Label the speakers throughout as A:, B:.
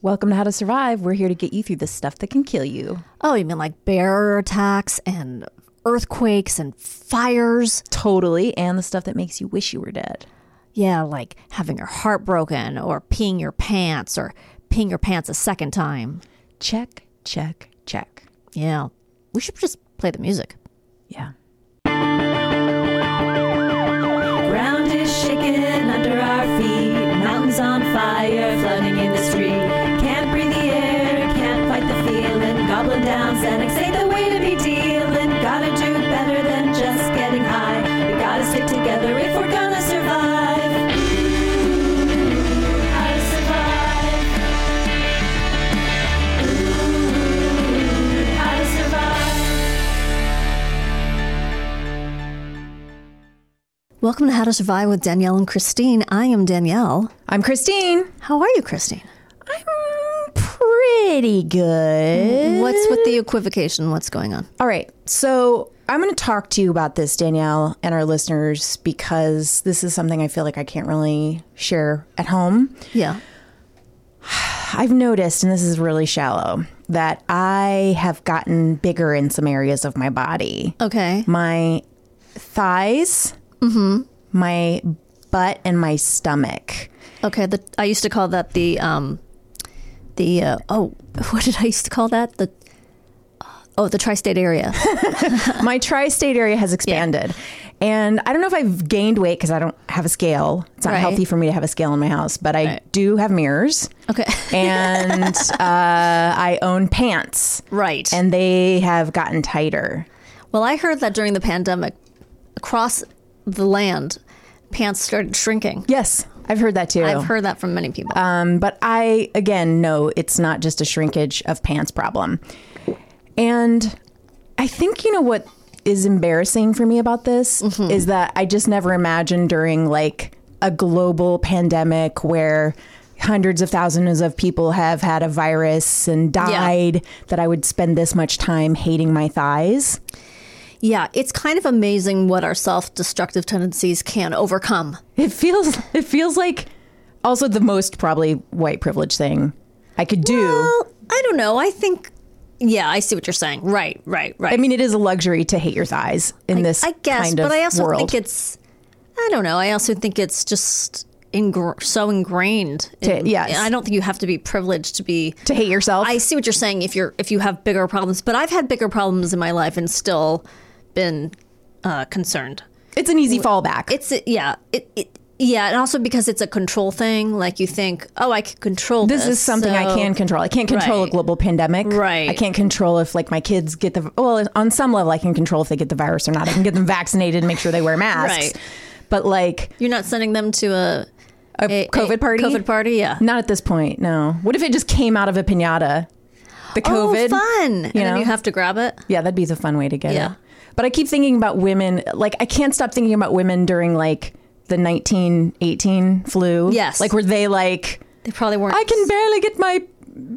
A: Welcome to How to Survive. We're here to get you through the stuff that can kill you.
B: Oh, you mean like bear attacks and earthquakes and fires?
A: Totally. And the stuff that makes you wish you were dead.
B: Yeah, like having your heart broken or peeing your pants or peeing your pants a second time.
A: Check, check, check.
B: Yeah, we should just play the music.
A: Yeah.
C: Ground is shaken under our feet. Mountains on fire, flooding in the street. Can't breathe the air, can't fight the feeling. Goblin down, Xanax ain't the way to be dealing. Gotta do better than just getting high. We gotta stick together if we're gonna survive. How to survive. How to survive.
B: Welcome to How to Survive with Danielle and Christine. I am Danielle.
A: I'm Christine.
B: How are you, Christine?
A: I'm pretty good.
B: What's with the equivocation? What's going on?
A: Mm-hmm. All right. So I'm going to talk to you about this, Danielle, and our listeners, because this is something I feel like I can't really share at home.
B: Yeah.
A: I've noticed, and this is really shallow, that I have gotten bigger in some areas of my body.
B: Okay.
A: my thighs,
B: Mm-hmm.
A: my butt, and my stomach.
B: Okay. The, I used to call that the um, the uh, oh, what did I used to call that? The oh, the tri-state area.
A: My tri state area has expanded. And I don't know if I've gained weight because I don't have a scale. It's not
B: Right.
A: healthy for me to have a scale in my house, but I do have mirrors
B: Okay.
A: and uh, I own pants.
B: right.
A: And they have gotten tighter.
B: Well, I heard that during the pandemic, across the land, pants started shrinking.
A: Yes, I've heard that too.
B: I've heard that from many people.
A: Um, but I, again, know it's not just a shrinkage of pants problem. And I think, you know, what is embarrassing for me about this is that I just never imagined during like a global pandemic where hundreds of thousands of people have had a virus and died that I would spend this much time hating my thighs.
B: yeah, it's kind of amazing what our self-destructive tendencies can overcome.
A: It feels, it feels like also the most probably white privilege thing I could do.
B: Well, I don't know. I think. Yeah, I see what you're saying. Right, right, right.
A: I mean, it is a luxury to hate your thighs in this
B: I guess,
A: kind of
B: but I also
A: world.
B: think it's. I don't know. I also think it's just ingr- so ingrained.
A: To-
B: in-
A: yes.
B: I don't think you have to be privileged to be
A: to hate yourself.
B: I see what you're saying if you're if you have bigger problems, but I've had bigger problems in my life and still been uh, concerned.
A: it's an easy fallback.
B: It's a, yeah, it, it yeah, and also because it's a control thing. Like you think, oh, I can control this.
A: this is something I
B: so-
A: can control. I can't control a
B: Right.
A: global pandemic.
B: Right.
A: I can't control if like my kids get the well. On some level, I can control if they get the virus or not. I can get them vaccinated and make sure they wear masks.
B: Right.
A: But like
B: You're not sending them to a
A: a, COVID party,
B: COVID party, yeah.
A: Not at this point. No. What if it just came out of a pinata? The COVID
B: oh, fun! and
A: know?
B: then you have to grab it.
A: Yeah, that'd be the fun way to get
B: Yeah.
A: it. But I keep thinking about women. Like, I can't stop thinking about women during like the 1918 flu.
B: Yes.
A: Like, were they like,
B: They probably weren't.
A: I can barely get my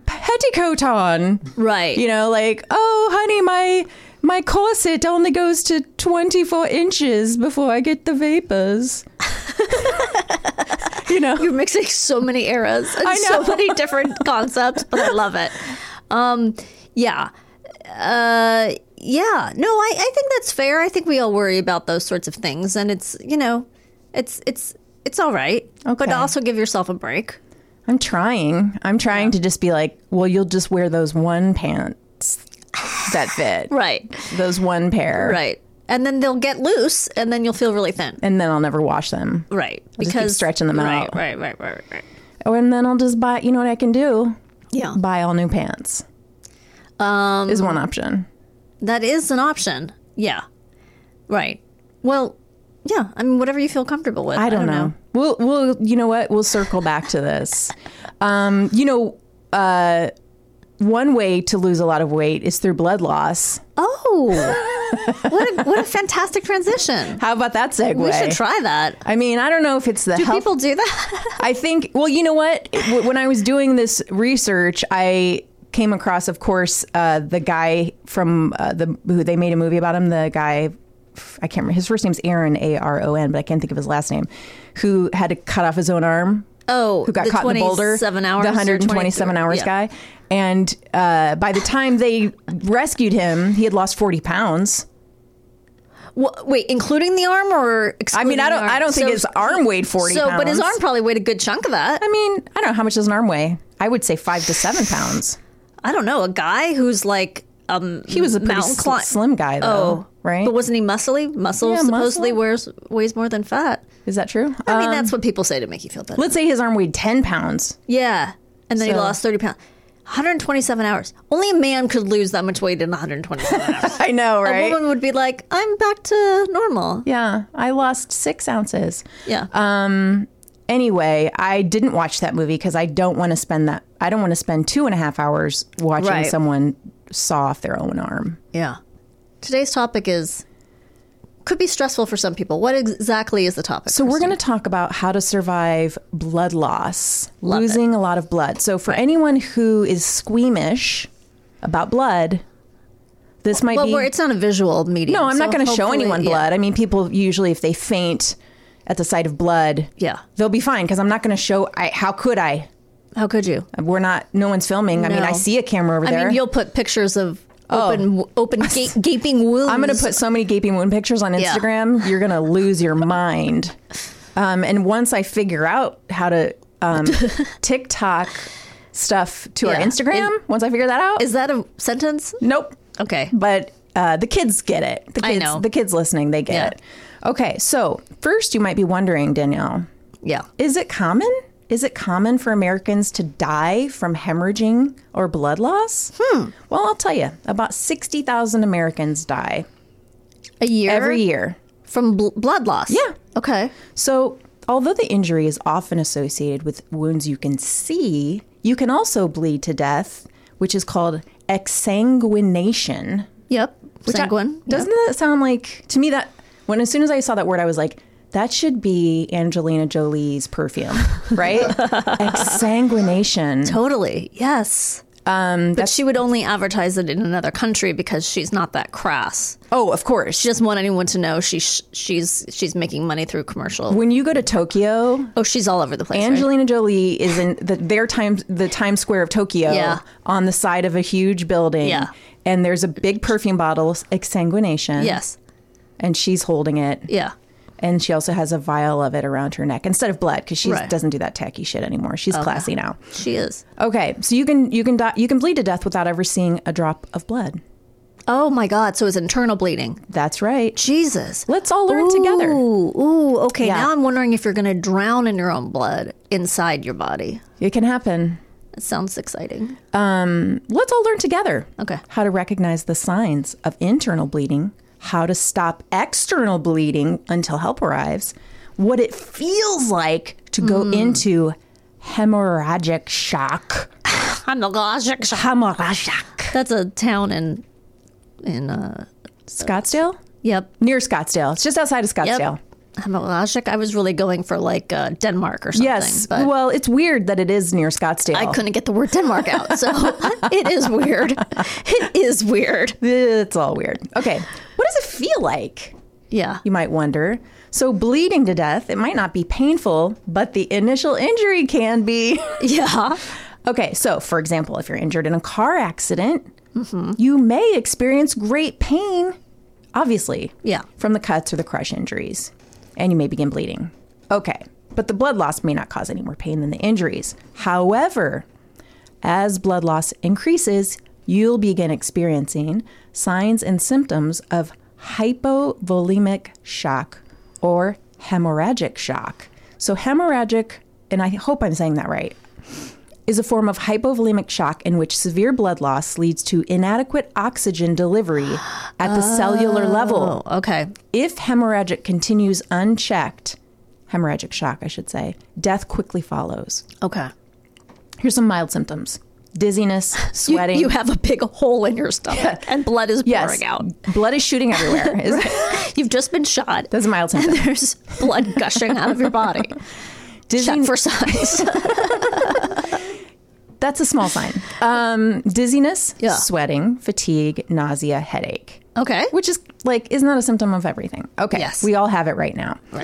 A: petticoat on.
B: Right.
A: You know, like, oh, honey, my my corset only goes to 24 inches before I get the vapors. you know,
B: You're mixing so many eras and
A: I know.
B: so many different concepts, but I love it. Um, yeah. Uh, yeah. No, I, I think that's fair. I think we all worry about those sorts of things and it's, you know, it's it's it's all right. But
A: Okay.
B: also give yourself a break.
A: I'm trying. I'm trying to just be like, well, you'll just wear those one pants that fit.
B: Right.
A: Those one pair.
B: Right. And then they'll get loose and then you'll feel really thin.
A: And then I'll never wash them.
B: Right.
A: just keep stretching them
B: right,
A: out.
B: Right, right, right, right, right.
A: Oh, and then I'll just buy, you know what I can do?
B: Yeah.
A: Buy all new pants. Um, is one option.
B: That is an option. Yeah. Right. Well, yeah. I mean, whatever you feel comfortable with.
A: I don't, know. We'll we'll you know what? We'll circle back to this. Um, you know, uh, one way to lose a lot of weight is through blood loss.
B: Oh, what a, what a fantastic transition.
A: How about that segue?
B: We should try that.
A: I mean, I don't know if it's the
B: Do
A: health
B: people do that?
A: I think. Well, you know what? W- When I was doing this research, I came across, of course, uh, the guy from uh, the who they made a movie about him. The guy, I can't remember his first name's Aaron A R O N, but I can't think of his last name. Who had to cut off his own arm?
B: Oh,
A: who got
B: the
A: caught in the boulder?
B: 27 hours or
A: the 127 hours
B: 23
A: guy. And uh, by the time they rescued him, he had lost 40 pounds.
B: Wha- wait, including the arm or
A: I mean, I don't. I don't think his arm weighed 40.
B: So, but his
A: pounds.
B: arm probably weighed a good chunk of that.
A: I mean, I don't know how much does an arm weigh. I would say five to seven pounds.
B: I don't know. A guy who's like um
A: He was a pretty
B: mountain
A: sl-
B: cli-
A: slim guy, though.
B: Oh,
A: right?
B: But wasn't he muscly? Muscle
A: Yeah,
B: supposedly
A: muscle.
B: wears weighs more than fat.
A: Is that true?
B: I mean,
A: Um,
B: that's what people say to make you feel better.
A: let's say his arm weighed ten pounds.
B: Yeah. And then he
A: So-
B: lost 30 pounds. 127 hours. Only a man could lose that much weight in 127 hours.
A: I know,
B: A woman would be like, I'm back to normal.
A: Yeah, I lost six ounces.
B: Yeah.
A: Anyway, I didn't watch that movie because I don't want to spend that. I don't want to spend two and a half hours watching
B: Right.
A: someone saw off their own arm.
B: yeah. Today's topic is could be stressful for some people. What ex- exactly is the topic?
A: So we're going to talk about how to survive blood loss, losing a lot of blood. So for anyone who is squeamish about blood, this might
B: well,
A: be
B: we're- it's not a visual medium.
A: No, I'm not
B: so
A: going to show
B: hopefully-
A: anyone
B: yeah.
A: blood. I mean, people usually, if they faint at the sight of blood,
B: Yeah.
A: they'll be fine because I'm not going to show. I, how could I?
B: How could you?
A: We're not. No one's filming. I mean,
B: No.
A: I see a camera over
B: I
A: there. Oh.
B: mean, you'll put pictures of open, open ga- gaping wounds.
A: I'm going to put so many gaping wound pictures on
B: Yeah.
A: Instagram. You're going to lose your mind. Um, and once I figure out how to um, TikTok stuff to our
B: Yeah.
A: Instagram, once I figure that out,
B: Is that a sentence?
A: nope.
B: Okay.
A: but uh, the kids get it. The
B: I
A: kids,
B: know.
A: the kids listening, they get
B: Yeah.
A: it. Okay, so first, you might be wondering, Danielle,
B: Yeah.
A: is it common? Is it common for Americans to die from hemorrhaging or blood loss? Hmm. Well, I'll tell you, about sixty thousand Americans die
B: A year?
A: every year.
B: From bl- blood loss?
A: Yeah.
B: Okay.
A: So, although the injury is often associated with wounds you can see, you can also bleed to death, which is called exsanguination.
B: Yep.
A: Which I-
B: Sanguine.
A: doesn't that sound like to me that when as soon as I saw that word, I was like, that should be Angelina Jolie's perfume, right? Exsanguination.
B: Totally. Yes. Um, but she would only advertise it in another country because she's not that crass.
A: Oh, of course.
B: She doesn't want anyone to know she sh- she's she's making money through commercial.
A: When you go to Tokyo,
B: oh, she's all over the place. right?
A: Angelina Jolie is in the, their time, the Times Square of Tokyo,
B: Yeah.
A: on the side of a huge building.
B: Yeah.
A: And there's a big perfume bottle, exsanguination.
B: Yes.
A: And she's holding it.
B: Yeah.
A: and she also has a vial of it around her neck instead of blood because she
B: Right.
A: doesn't do that tacky shit anymore. She's classy now.
B: She is.
A: Okay, so you can you can die, you can bleed to death without ever seeing a drop of blood.
B: Oh my God. So it's internal bleeding.
A: That's right.
B: Jesus.
A: Let's all learn
B: ooh,
A: together.
B: Ooh. Okay.
A: Yeah.
B: Now I'm wondering if you're going to drown in your own blood inside your body.
A: It can happen.
B: That sounds exciting.
A: Let's all learn together.
B: Okay.
A: How to recognize the signs of internal bleeding, how to stop external bleeding until help arrives, what it feels like to go
B: Hmm.
A: into hemorrhagic shock.
B: I'm the gosh.
A: Hemorrhagic.
B: That's a town in in uh
A: Scottsdale?
B: yep
A: Near Scottsdale. It's just outside of Scottsdale.
B: Hemologic. I was really going for like uh, Denmark or something.
A: Yes.
B: but
A: well, it's weird that it is near Scottsdale.
B: I couldn't get the word Denmark out, so it is weird. It is weird.
A: It's all weird. Okay. What does it feel like?
B: Yeah.
A: You might wonder. So, bleeding to death, it might not be painful, but the initial injury can be.
B: Yeah.
A: Okay, so for example, if you're injured in a car accident, you may experience great pain, obviously,
B: Yeah.
A: from the cuts or the crush injuries, and you may begin bleeding. Okay, but the blood loss may not cause any more pain than the injuries. However, as blood loss increases, you'll begin experiencing signs and symptoms of hypovolemic shock or hemorrhagic shock. So, hemorrhagic, and I hope I'm saying that right is a form of hypovolemic shock in which severe blood loss leads to inadequate oxygen delivery at the cellular level.
B: Okay.
A: If hemorrhagic continues unchecked, hemorrhagic shock, I should say, death quickly follows.
B: Okay.
A: Here's some mild symptoms dizziness,
B: You,
A: sweating.
B: you have a big hole in your stomach and blood is
A: yes,
B: pouring out.
A: blood is shooting everywhere. Is,
B: You've just been shot.
A: That's a mild
B: and
A: symptom.
B: there's blood gushing out of your body. Check
A: Dizzy-
B: for signs.
A: That's a small sign. Um, dizziness,
B: Yeah.
A: sweating, fatigue, nausea, headache.
B: okay.
A: which is like is not a symptom of everything. Okay,
B: Yes.
A: we all have it right now.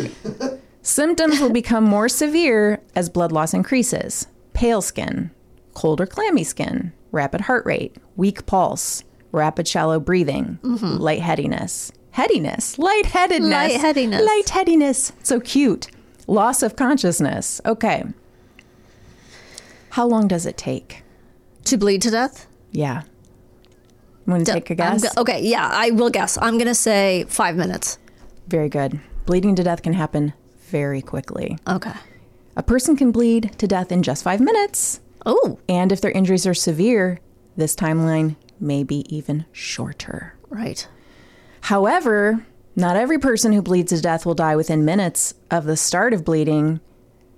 A: Symptoms will become more severe as blood loss increases. Pale skin, cold or clammy skin, rapid heart rate, weak pulse, rapid shallow breathing,
B: Mm-hmm.
A: lightheadedness, headiness, lightheadedness,
B: Lightheadedness.
A: lightheadedness. So cute. Loss of consciousness. Okay. How long does it take?
B: to bleed to death?
A: Yeah. Want to take a guess?
B: I'm go- okay. Yeah, I will guess. I'm going to say five minutes.
A: Very good. Bleeding to death can happen very quickly.
B: Okay.
A: A person can bleed to death in just five minutes.
B: Oh,
A: And if their injuries are severe, this timeline may be even shorter.
B: right.
A: However, not every person who bleeds to death will die within minutes of the start of bleeding.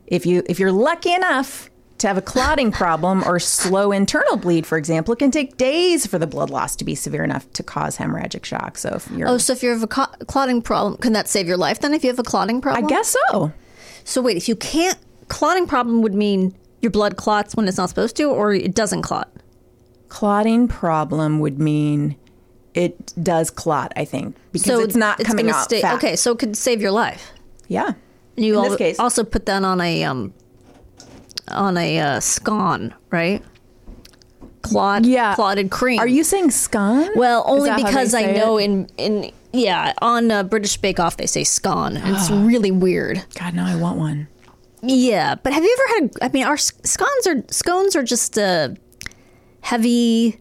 A: If you if you're lucky enough to have a clotting problem or slow internal bleed, for example, it can take days for the blood loss to be severe enough to cause hemorrhagic shock. So if you're
B: Oh, so if you have a clo- clotting problem, can that save your life then if you have a clotting
A: I
B: problem?
A: guess so.
B: So wait, if you can't, clotting problem would mean your blood clots when it's not supposed to, or it doesn't clot.
A: clotting problem would mean it does clot, I think, because
B: So
A: it's not coming
B: gonna
A: out
B: stay-
A: fat.
B: Okay, so it could save your life.
A: Yeah.
B: And You
A: In
B: al-
A: this case.
B: also put that on a um, on a uh, scone, right? Clot,
A: Yeah.
B: clotted cream.
A: Are you saying scone?
B: Hmm. Well,
A: that
B: only
A: how they
B: because I
A: say
B: know
A: it?
B: in in yeah on uh, British Bake Off they say scone, and it's really weird.
A: God, now I want one.
B: Yeah, but have you ever had? A, I mean, our scones are scones are just uh, heavy.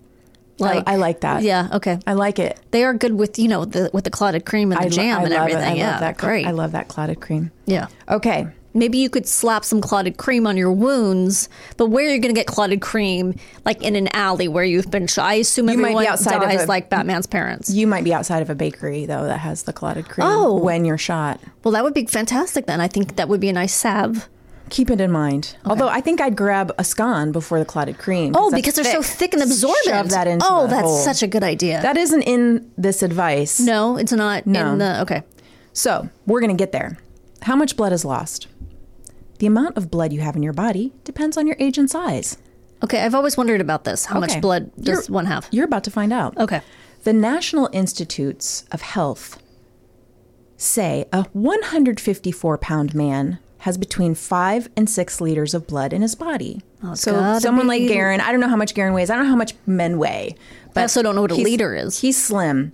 B: Like
A: Oh, I like that.
B: Yeah. Okay.
A: I like it.
B: They are good with you know the with the clotted cream and the
A: I, lo-
B: jam
A: I
B: and
A: love
B: everything.
A: It. I
B: yeah,
A: love that. cl-
B: great.
A: I love that clotted cream.
B: yeah.
A: Okay.
B: Maybe you could slap some clotted cream on your wounds, but where are you going to get clotted cream? Like in an alley where you've been shot. I assume
A: might be
B: everyone
A: outside of
B: dies
A: a-
B: like Batman's parents.
A: You might be outside of a bakery though that has the clotted cream.
B: Oh.
A: when you're shot,
B: Well, that would be fantastic. Then I think that would be a nice salve.
A: keep it in mind. Although I think I'd grab a scone before the clotted cream.
B: Oh,
A: that's
B: because they're so thick and absorbent.
A: Shove that into
B: oh,
A: the
B: that's
A: hole.
B: such a good idea.
A: That isn't in this advice.
B: no, it's not
A: No.
B: in the okay.
A: So we're going to get there. How much blood is lost? The amount of blood you have in your body depends on your age and size.
B: Okay, I've always wondered about this. How
A: Okay.
B: much blood does
A: You're-
B: one have?
A: You're about to find out.
B: Okay.
A: The National Institutes of Health say a 154 pound man has between five and six liters of blood in his body. so
B: Oh, gotta
A: someone like
B: be-
A: Garen, I don't know how much Garen weighs. I don't know how much men weigh. But
B: also don't know what a
A: he's-
B: liter is.
A: He's slim.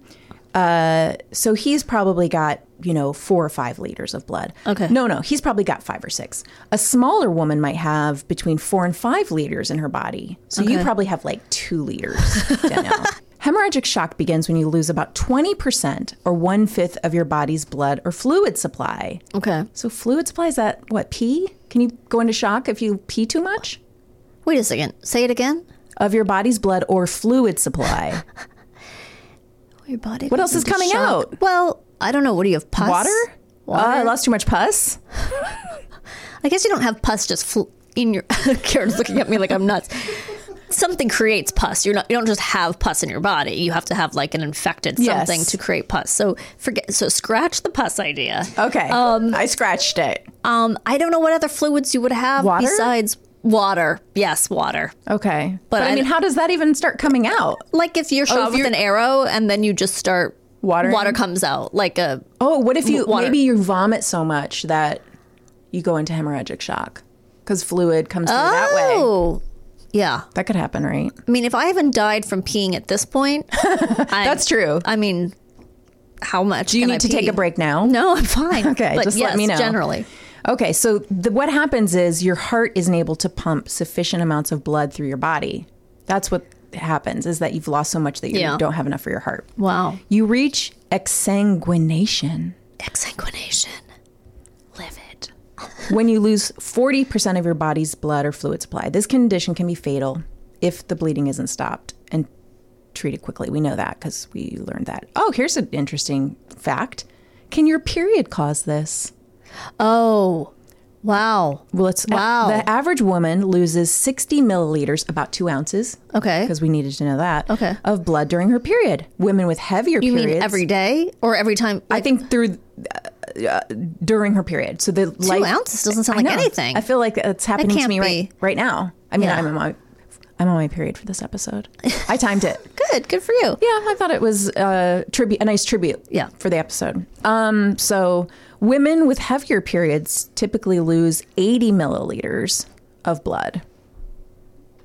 A: Uh, so he's probably got you know four or five liters of blood.
B: Okay.
A: No, no, he's probably got five or six. A smaller woman might have between four and five liters in her body. So you
B: Okay.
A: probably have like two liters. Danielle. Hemorrhagic shock begins when you lose about twenty percent or one fifth of your body's blood or fluid supply.
B: Okay.
A: So fluid supply is that what pee? Can you go into shock if you pee too much?
B: Wait a second. Say it again.
A: Of your body's blood or fluid supply.
B: Your body.
A: What else
B: goes
A: is
B: into
A: coming
B: shock.
A: out?
B: Well, I don't know. What do you have? Pus.
A: Water? Uh, I lost too much pus.
B: I guess you don't have pus just fl- in your. Karen's looking at me like I'm nuts. something creates pus. You're not you don't just have pus in your body. You have to have like an infected
A: Yes.
B: something to create pus. So forget so scratch the pus idea.
A: Okay. I scratched it.
B: Um I don't know what other fluids you would have
A: Water?
B: besides water. Yes, water.
A: Okay. But, I,
B: I-
A: mean, how does that even start coming out?
B: Like if you're shot
A: Oh, if
B: with
A: you're-
B: an arrow and then you just start
A: Watering?
B: water comes out like a
A: Oh, what if you
B: W- water.
A: maybe you vomit so much that you go into hemorrhagic shock because fluid comes through that way?
B: oh yeah.
A: That could happen, right?
B: I mean, if I haven't died from peeing at this point, I-
A: That's true.
B: I mean, how much?
A: Do you need to take a break now?
B: No, I'm fine.
A: Okay,
B: but
A: just let
B: yes,
A: me know.
B: Generally,
A: Okay, so the, what happens is your heart isn't able to pump sufficient amounts of blood through your body. That's what happens is that you've lost so much that you
B: Yeah.
A: don't have enough for your heart.
B: wow.
A: You reach exsanguination
B: Exsanguination, live it.
A: when you lose 40% of your body's blood or fluid supply. This condition can be fatal if the bleeding isn't stopped and treated quickly. We know that because we learned that. Oh, here's an interesting fact. Can your period cause this?
B: Oh, wow.
A: Well, it's uh,
B: Wow.
A: the average woman loses 60 milliliters, about two ounces.
B: Okay.
A: Because we needed to know that.
B: Okay.
A: Of blood during her period. Women with heavier
B: You
A: periods.
B: mean every day or every time?
A: I think through uh, uh, during her period. So the
B: two ounces doesn't sound
A: I
B: like
A: know.
B: anything.
A: I feel like it's happening to
B: can't
A: me right
B: be.
A: right now. I mean,
B: Yeah.
A: I'm on my I'm on my period for this episode. I timed it.
B: good. Good for you.
A: Yeah, I thought it was a tribute, a nice tribute.
B: Yeah.
A: for the episode. Um, so women with heavier periods typically lose 80 milliliters of blood,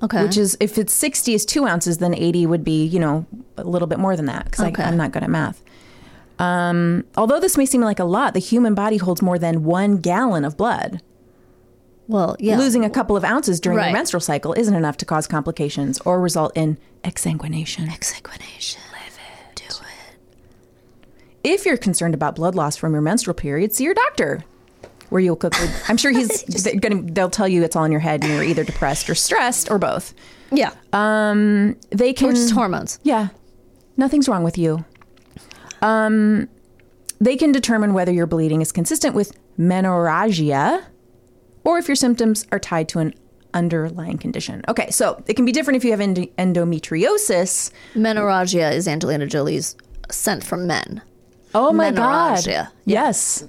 B: Okay.
A: which is if it's 60 is two ounces, then 80 would be you know a little bit more than that because
B: Okay.
A: I'm not good at math. Um, although this may seem like a lot, the human body holds more than one gallon of blood.
B: well, yeah.
A: Losing a couple of ounces during
B: Right.
A: your menstrual cycle isn't enough to cause complications or result in exsanguination.
B: exsanguination, live it. Do it.
A: If you're concerned about blood loss from your menstrual period, see your doctor. Where you'll quickly, I'm sure he's th- gonna. They'll tell you it's all in your head, and you're either depressed or stressed or both.
B: Yeah.
A: They can
B: or just hormones.
A: Yeah. Nothing's wrong with you. Um, they can determine whether your bleeding is consistent with menorrhagia or if your symptoms are tied to an underlying condition. Okay, so it can be different if you have endo- endometriosis.
B: Menorrhagia is Angelina Jolie's scent from men.
A: Oh my god.
B: Menorrhagia.
A: Yes.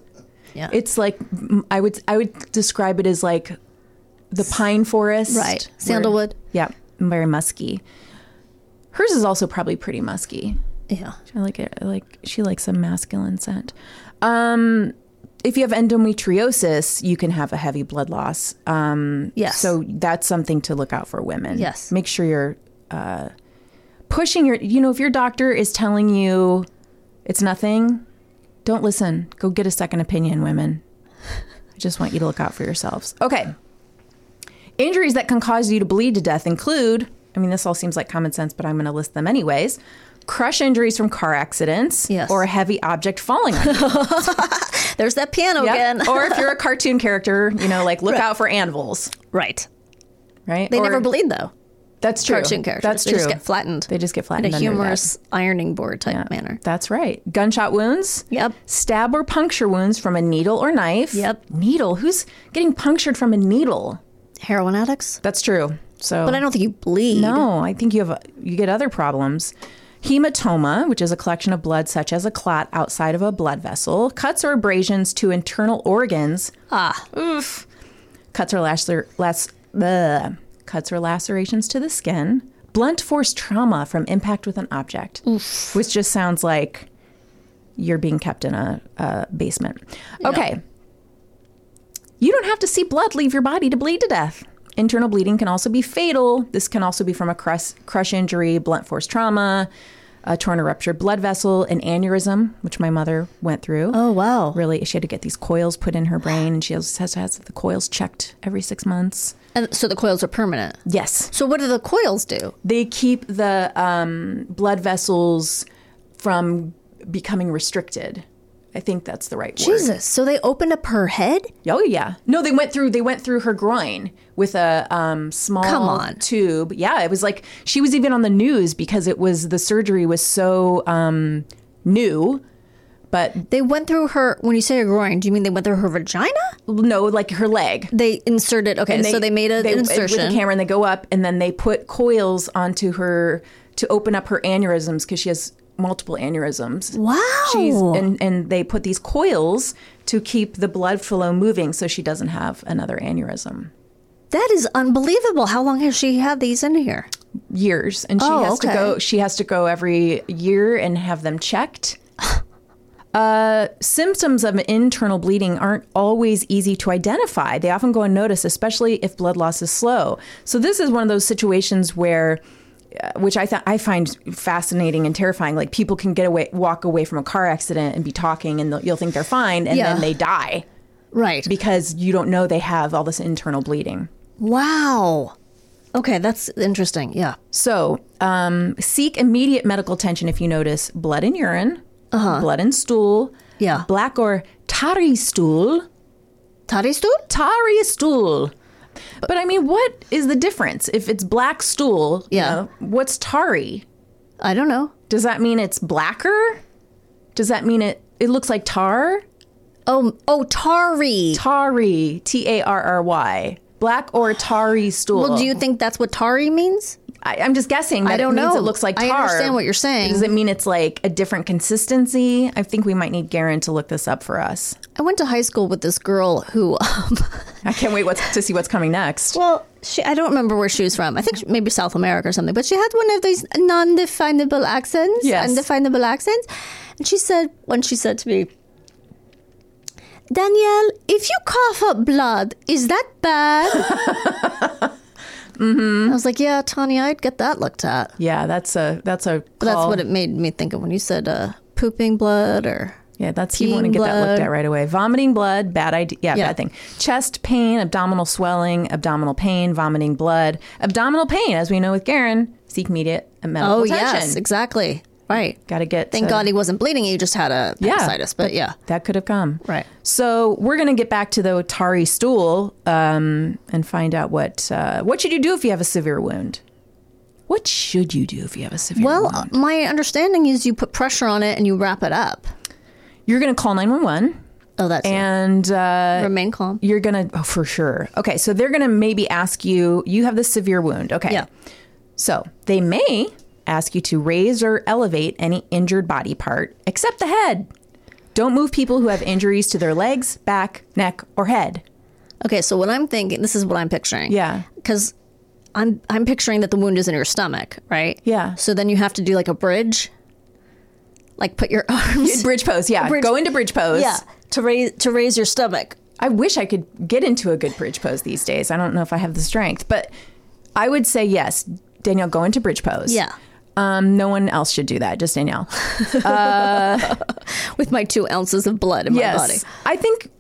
B: Yeah.
A: It's like mm, I would I would describe it as like the pine forest.
B: right.
A: where-
B: Sandalwood.
A: yeah, very musky. Hers is also probably pretty musky.
B: Yeah.
A: I like it. I like she likes a masculine scent. Um, if you have endometriosis, you can have a heavy blood loss. Um,
B: Yes.
A: So that's something to look out for women.
B: Yes.
A: Make sure you're uh, pushing your. You know, if your doctor is telling you it's nothing, don't listen. Go get a second opinion, women. I just want you to look out for yourselves. Okay. Injuries that can cause you to bleed to death include I mean, this all seems like common sense, but I'm going to list them anyways. Crush injuries from car accidents
B: Yes.
A: or a heavy object falling on you.
B: There's that piano again.
A: or if you're a cartoon character, you know, like look out for anvils,
B: right.
A: right?
B: They
A: Or-
B: never bleed though.
A: That's true.
B: cartoon characters.
A: That's
B: they
A: true.
B: just get flattened.
A: They just get flattened
B: in a
A: under that.
B: humorous ironing board type manner.
A: That's right. Gunshot wounds.
B: Yep.
A: Stab or puncture wounds from a needle or knife.
B: Yep.
A: Needle. Who's getting punctured from a needle?
B: Heroin addicts,
A: That's true. So
B: but I don't think you bleed.
A: No, I think you have you get other problems. Hematoma, which is a collection of blood such as a clot outside of a blood vessel, cuts or abrasions to internal organs. Ah. Oof. Cuts or lacer, las, bleh. cuts or lacerations to the skin. Blunt force trauma from impact with an object, which just sounds like you're being kept in a, a basement. Okay. You don't have to see blood leave your body to bleed to death. Internal bleeding can also be fatal. This can also be from a crush, crush injury, blunt force trauma, a torn or ruptured blood vessel, an aneurysm, which my mother went through.
B: Oh wow.
A: Really, she had to get these coils put in her brain, and she also has to have the coils checked every six months.
B: And so the coils are permanent.
A: Yes.
B: So what do the coils do?
A: They keep the um, blood vessels from becoming restricted. I think that's the right word.
B: Jesus. So they open up her head.
A: Oh yeah. No, they went through they went through her groin with a um small
B: Come on.
A: tube. Yeah, it was like she was even on the news because it was the surgery was so um new But
B: They went through her. When you say her groin, do you mean they went through her vagina?
A: no, like her leg.
B: They inserted. Okay, so they made a,
A: they-
B: an
A: with a
B: insertion.
A: camera, and they go up, and then they put coils onto her to open up her aneurysms because she has multiple aneurysms.
B: Wow.
A: She's and and they put these coils to keep the blood flow moving so she doesn't have another aneurysm.
B: that is unbelievable. How long has she had these in here?
A: Years, and she
B: Oh,
A: has to
B: okay.
A: go. She has to go every year and have them checked. Uh, symptoms of internal bleeding aren't always easy to identify. They often go unnoticed, especially if blood loss is slow. So this is one of those situations where uh, which I th- I find fascinating and terrifying. Like people can get away, walk away from a car accident and be talking, and they'll- you'll think they're fine, and
B: Yeah.
A: then they die
B: Right.
A: because you don't know they have all this internal bleeding.
B: wow. Okay, that's interesting. Yeah.
A: So um, seek immediate medical attention if you notice blood in urine, blood in stool,
B: Uh-huh. Yeah.
A: black or tarry stool,
B: Taristul?
A: tarry stool. But I mean, what is the difference if it's black stool? you
B: Yeah.
A: know, what's tarry?
B: I don't know.
A: Does that mean it's blacker? Does that mean it, it looks like tar?
B: Oh, oh, Tari.
A: Tarry, T A R R Y. Black or tarry stool.
B: Well, do you think that's what Tari means?
A: I, I'm just guessing. That
B: I don't
A: it means
B: know.
A: It looks like tar.
B: I understand what you're saying.
A: Does it mean it's like a different consistency? I think we might need Garen to look this up for us.
B: I went to high school with this girl who, um,
A: I can't wait what's, to see what's coming next.
B: well, she I don't remember where she was from. I think she- maybe South America or something. But she had one of these non-definable accents,
A: Yes.
B: undefinable accents, and she said when she said to me, Danielle, if you cough up blood, is that bad? mm-hmm. I was like, yeah, Tanya, I'd get that looked at.
A: Yeah, that's a that's a.
B: But that's
A: call.
B: what it made me think of when you said uh, pooping blood or
A: Yeah, that's you want to
B: Peeing
A: get that
B: blood.
A: looked at right away. Vomiting blood, bad idea. Yeah,
B: Yeah.
A: bad thing. Chest pain, abdominal swelling, abdominal pain, vomiting blood, abdominal pain. As we know with Garen, seek immediate medical
B: oh
A: attention.
B: yes, exactly, right.
A: Got to get.
B: Thank
A: to-
B: God he wasn't bleeding. He just had a
A: Yeah.
B: appendicitis. But yeah,
A: that could have come.
B: Right.
A: So we're going to get back to the Atari stool um, and find out what uh, what should you do if you have a severe wound. What should you do if you have a severe
B: Well,
A: wound?
B: uh, my understanding is you put pressure on it and you wrap it up.
A: You're going to call nine one one
B: Oh, that's it.
A: and. Uh,
B: remain calm.
A: you're gonna oh for sure okay so they're gonna maybe ask you you have this severe wound okay
B: Yeah.
A: so they may ask you to raise or elevate any injured body part except the head don't move people who have injuries to their legs back neck or head
B: Okay, so what I'm thinking, this is what I'm picturing.
A: Yeah.
B: Because I'm I'm picturing that the wound is in your stomach, right?
A: Yeah.
B: So then you have to do like a bridge, like put your arms.
A: bridge pose yeah
B: Bridge-
A: go into bridge pose
B: Yeah. To raise to raise your stomach.
A: i wish i could get into a good bridge pose these days i don't know if i have the strength but i would say yes danielle go into bridge pose
B: Yeah.
A: um, no one else should do that just danielle
B: With my two ounces of blood in my body.
A: I think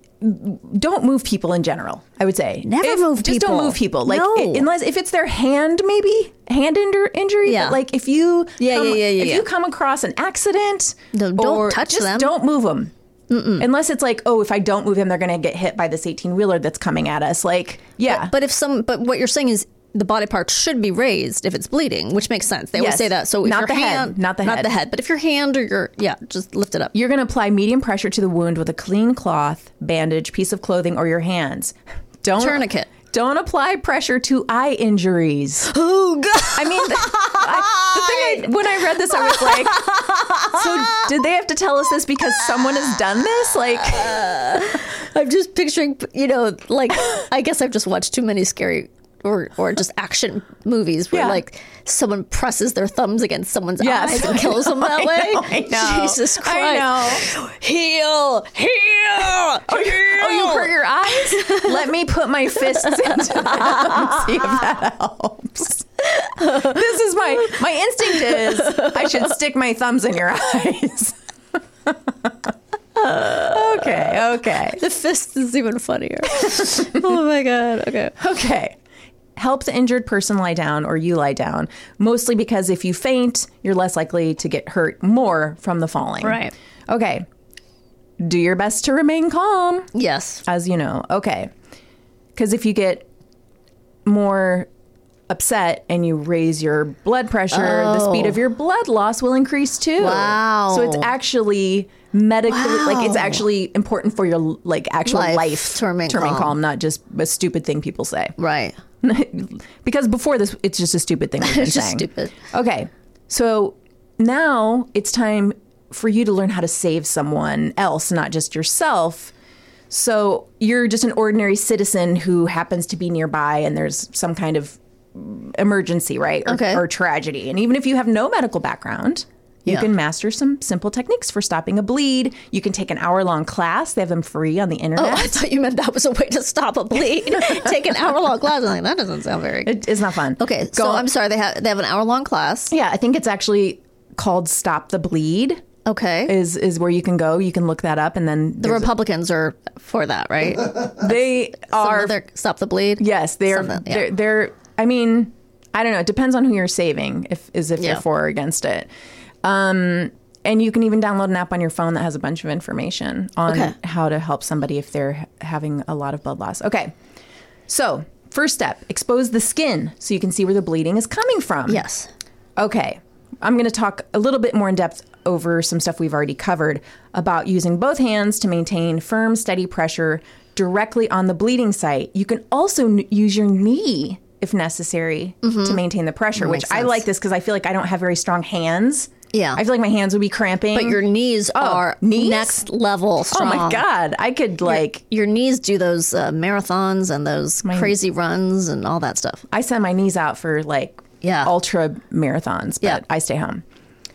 A: don't move people in general. I would say
B: Never
A: If-
B: move
A: Just
B: people.
A: don't move people. Like
B: No.
A: i- unless if it's their hand, maybe hand injur- injury.
B: Yeah.
A: But like if you
B: Yeah,
A: come,
B: yeah, yeah, yeah,
A: if
B: yeah.
A: you come across an accident,
B: No, don't
A: or
B: touch
A: just
B: them.
A: Don't move them. Unless it's like, oh, if I don't move them, they're going to get hit by this eighteen wheeler that's coming at us. Like, yeah,
B: But if some, but what you're saying is the body part should be raised if it's bleeding, which makes sense. They always
A: Yes.
B: say that. So if
A: Not
B: your
A: the head.
B: hand,
A: Not the
B: not
A: head.
B: the head, but if your hand or your yeah, just lift it up.
A: you're going to apply medium pressure to the wound with a clean cloth, bandage, piece of clothing, or your hands. Don't
B: Tourniquet.
A: Don't apply pressure to eye injuries.
B: Oh god!
A: I mean, the, I, the thing I, when I read this, I was like, so did they have to tell us this because someone has done this? Like,
B: I'm just picturing, you know, like I guess I've just watched too many scary or or just action movies where
A: Yeah.
B: like someone presses their thumbs against someone's
A: Yes.
B: eyes and kills them that
A: I know,
B: way.
A: I know.
B: Jesus
A: I
B: Christ!
A: know.
B: Heal, heal, oh, heal.
A: oh, you hurt your eyes? Let me put my fists into them. See if that helps. This is my my instinct is I should stick my thumbs in your eyes. okay, okay.
B: the fist is even funnier. oh my god! Okay.
A: Okay. Help the injured person lie down or you lie down, mostly because if you faint, you're less likely to get hurt more from the falling.
B: Right.
A: Okay. Do your best to remain calm,
B: Yes.
A: as you know. Okay. Because if you get more upset and you raise your blood pressure, the speed of your blood loss will increase too.
B: Oh. Wow.
A: So it's actually medically like it's
B: Wow.
A: actually important for your like actual life,
B: Life, term and
A: calm.
B: calm.
A: not just a stupid thing people say.
B: Right.
A: because before this it's just a stupid thing. we've been
B: It's just
A: saying.
B: stupid.
A: Okay. So now it's time for you to learn how to save someone else, not just yourself. So you're just an ordinary citizen who happens to be nearby and there's some kind of emergency, right? Or,
B: Okay.
A: or tragedy. And even if you have no medical background, you
B: Yeah.
A: can master some simple techniques for stopping a bleed. You can take an hour long class. They have them free on the internet.
B: Oh, I thought you meant that was a way to stop a bleed. Take an hour long class. I'm like, that doesn't sound very good.
A: It- it's not fun.
B: Okay, so
A: Go-
B: I'm sorry. They have they have an hour long class.
A: Yeah, I think it's actually called Stop the Bleed.
B: Okay.
A: is is where you can go. You can look that up, and then
B: the
A: there's-
B: Republicans are for that, right?
A: they are
B: Some other- stop the bleed.
A: yes, they are
B: Something, yeah.
A: they're, they're. I mean, I don't know. It depends on who you're saving. If is if
B: Yeah.
A: you're for or against it. Um, and you can even download an app on your phone that has a bunch of information on
B: Okay.
A: how to help somebody if they're ha- having a lot of blood loss. Okay, so first step: expose the skin so you can see where the bleeding is coming from.
B: Yes.
A: Okay. I'm going to talk a little bit more in depth over some stuff we've already covered about using both hands to maintain firm, steady pressure directly on the bleeding site. You can also n- use your knee if necessary to maintain the pressure, which
B: Mm-hmm. makes
A: I
B: sense.
A: like this because I feel like I don't have very strong hands.
B: Yeah.
A: I feel like my hands would be cramping.
B: But your knees are
A: Mm. Oh, knees?
B: next level
A: Oh
B: strong.
A: my God. I could like,
B: Your knees do those uh, marathons and those crazy runs and all that stuff.
A: I send my knees out for like
B: Yeah.
A: ultra marathons, but
B: Yeah.
A: I stay home.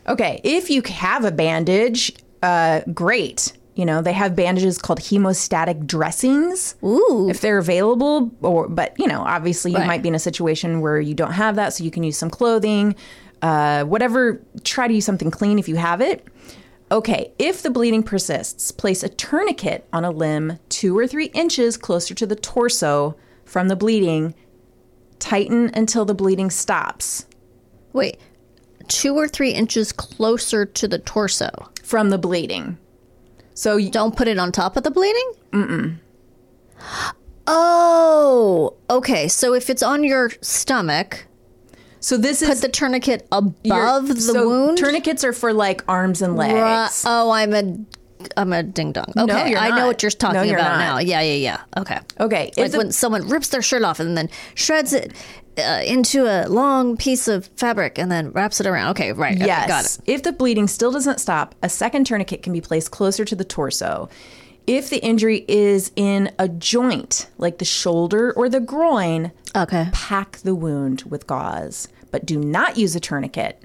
A: Okay, if you have a bandage, uh, great. You know they have bandages called hemostatic dressings. Ooh, if they're available, or but you know obviously you
B: Right.
A: might be in a situation where you don't have that, so you can use some clothing, uh, whatever. Try to use something clean if you have it. Okay, if the bleeding persists, place a tourniquet on a limb two or three inches closer to the torso from the bleeding. Tighten until the bleeding stops
B: Wait, two or three inches closer to the torso.
A: from the bleeding. So you,
B: Don't put it on top of the bleeding? Mm-mm. Oh, okay. So if it's on your stomach,
A: so this is
B: put the tourniquet
A: your-
B: above the
A: so
B: wound?
A: Tourniquets are for like arms and legs.
B: Right. Oh, I'm a, I'm a ding dong. Okay,
A: you're
B: I
A: not.
B: know what you're talking
A: No, you're
B: about
A: not.
B: now. Yeah, yeah, yeah. Okay.
A: Okay, if
B: Like
A: the-
B: when someone rips their shirt off and then shreds it uh, into a long piece of fabric and then wraps it around. Okay, right. okay,
A: Yes.
B: got it.
A: If the bleeding still doesn't stop, a second tourniquet can be placed closer to the torso. If the injury is in a joint, like the shoulder or the groin,
B: Okay.
A: pack the wound with gauze, but do not use a tourniquet.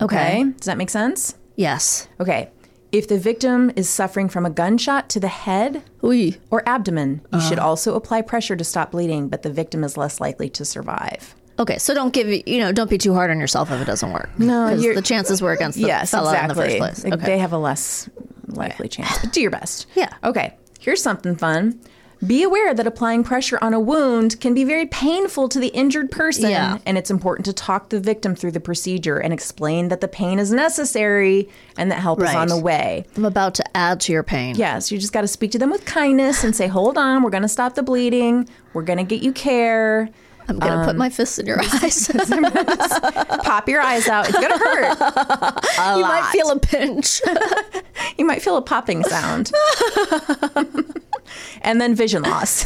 B: Okay.
A: Okay? Does that make sense?
B: Yes.
A: Okay. If the victim is suffering from a gunshot to the head
B: Oui.
A: or abdomen, you
B: Uh-huh.
A: should also apply pressure to stop bleeding, but the victim is less likely to survive.
B: Okay, so don't give you know, don't be too hard on yourself if it doesn't work. No,
A: you're-
B: the chances were against the fella in the first place.
A: Like,
B: Okay.
A: They have a less likely chance, but do your best.
B: Yeah.
A: Okay. Here's something fun. Be aware that applying pressure on a wound can be very painful to the injured person,
B: Yeah.
A: and it's important to talk the victim through the procedure and explain that the pain is necessary and that help is on
B: Right.
A: the way.
B: I'm about to add to your pain.
A: Yeah, so you just got to speak to them with kindness and say, "Hold on, we're going to stop the bleeding. We're going to get you care.
B: I'm gonna put my fists in your eyes. you
A: Pop your eyes out. It's going to hurt."
B: might feel a pinch.
A: you might feel a popping sound. and then vision loss.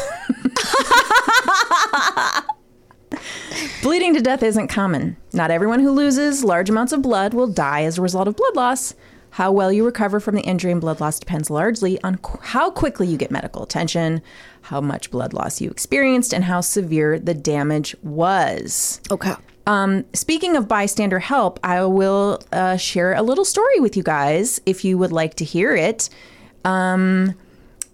A: Bleeding to death isn't common. Not everyone who loses large amounts of blood will die as a result of blood loss. How well you recover from the injury and blood loss depends largely on qu- how quickly you get medical attention, how much blood loss you experienced, and how severe the damage was.
B: okay.
A: Speaking of bystander help, I will uh, share a little story with you guys if you would like to hear it. Um,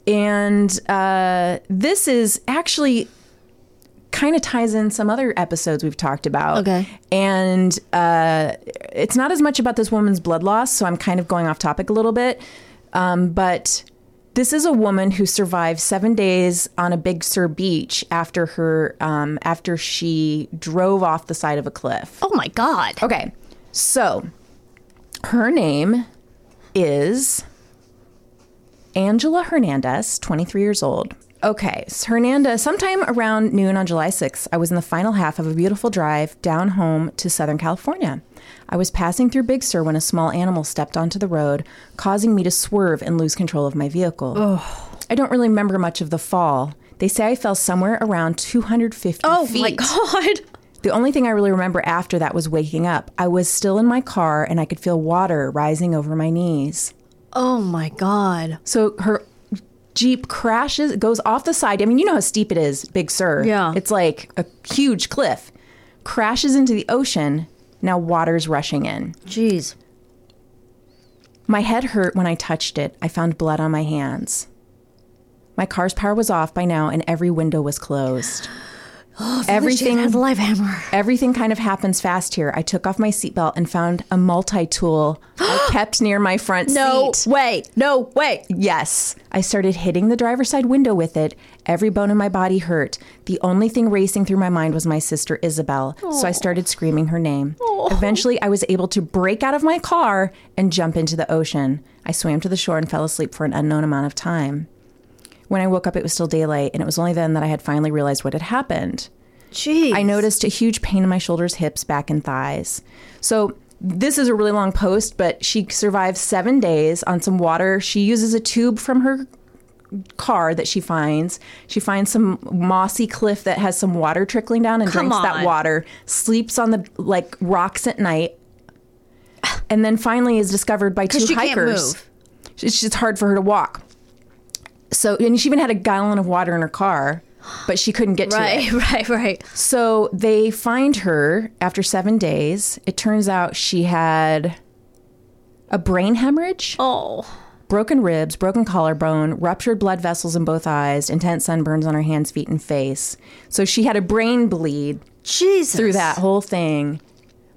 A: and uh, this is actually kind of ties in some other episodes we've talked about.
B: Okay.
A: And uh, it's not as much about this woman's blood loss, so I'm kind of going off topic a little bit. Um, but this is a woman who survived seven days on a Big Sur beach after her um, after she drove off the side of a cliff.
B: Oh my god.
A: Okay, so her name is Angela Hernandez, 23 years old. Okay, so Hernanda, sometime around noon on July 6th, I was in the final half of a beautiful drive down home to Southern California. I was passing through Big Sur when a small animal stepped onto the road, causing me to swerve and lose control of my vehicle. I don't really remember much of the fall. They say I fell somewhere around 250
B: Oh
A: feet.
B: my god.
A: The only thing I really remember after that was waking up. I was still in my car and I could feel water rising over my knees.
B: Oh my god.
A: So her Jeep crashes, goes off the side. I mean, you know how steep it is, Big Sur.
B: Yeah.
A: It's like a huge cliff. Crashes into the ocean. Now water's rushing in.
B: Jeez.
A: My head hurt when I touched it. I found blood on my hands. My car's power was off by now and every window was closed.
B: Everything
A: everything
B: has a life hammer.
A: everything kind of happens fast here. I took off my seatbelt and found a multi-tool I kept near my front
B: No
A: seat.
B: way. No way.
A: Yes. I started hitting the driver's side window with it. Every bone in my body hurt. The only thing racing through my mind was my sister Isabel, so I started screaming her name. Eventually, I was able to break out of my car and jump into the ocean. I swam to the shore and fell asleep for an unknown amount of time. When I woke up, it was still daylight, and it was only then that I had finally realized what had happened.
B: Jeez.
A: I noticed a huge pain in my shoulders, hips, back, and thighs. So this is a really long post, but she survived seven days on some water. She uses a tube from her car that she finds. She finds some mossy cliff that has some water trickling down and
B: Come
A: drinks
B: on.
A: that water. Sleeps on the like rocks at night. And then finally is discovered by two
B: she can't
A: hikers.
B: move.
A: It's just hard for her to walk. So and she even had a gallon of water in her car, but she couldn't get to it.
B: Right, right, right.
A: So they find her after seven days. It turns out she had a brain hemorrhage,
B: Oh.
A: broken ribs, broken collarbone, ruptured blood vessels in both eyes, intense sunburns on her hands, feet, and face. So she had a brain bleed
B: Jesus.
A: through that whole thing.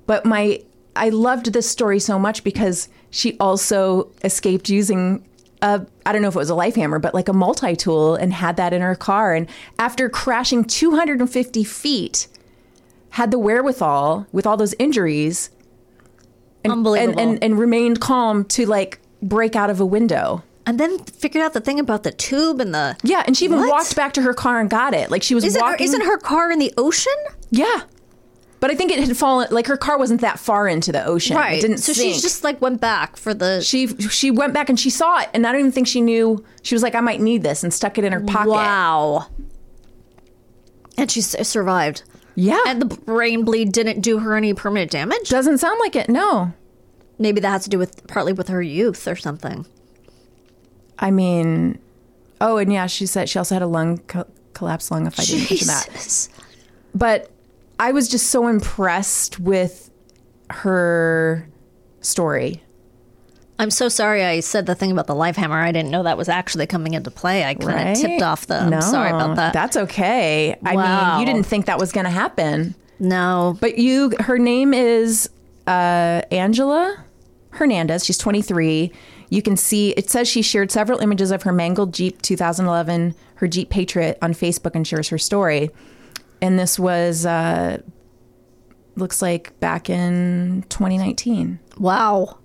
A: But my I loved this story so much because she also escaped using a I don't know if it was a life hammer, but like a multi tool and had that in her car. And after crashing 250 feet, had the wherewithal with all those injuries
B: Unbelievable.
A: and, and, and remained calm to like break out of a window.
B: And then figured out the thing about the tube and the
A: Yeah, and she even
B: What?
A: walked back to her car and got it. Like she was
B: Isn't her,
A: walking.
B: isn't her car in the ocean?
A: Yeah. But I think it had fallen. Like her car wasn't that far into the ocean. It didn't
B: So
A: sink.
B: she just like went back for the
A: she she went back and she saw it and i don't even think she knew she was like i might need this and stuck it in her pocket
B: wow. And she s- survived.
A: yeah
B: And the brain bleed didn't do her any permanent damage.
A: doesn't sound like it no
B: Maybe that has to do with partly with her youth or something.
A: i mean oh and yeah she said she also had a lung co- collapse lung if i didn't mention that
B: Jesus.
A: but i was just so impressed with her story
B: I'm so sorry I said the thing about the life hammer. I didn't know that was actually coming into play. I kind of
A: right?
B: tipped off the. I'm sorry about that.
A: that's okay i
B: Wow.
A: mean you didn't think that was gonna happen
B: no.
A: But you, her name is uh, Angela Hernandez. She's 23. You can see it says she shared several images of her mangled Jeep 2011, her Jeep Patriot on Facebook, and shares her story. And this was uh, looks like back in 2019.
B: Wow.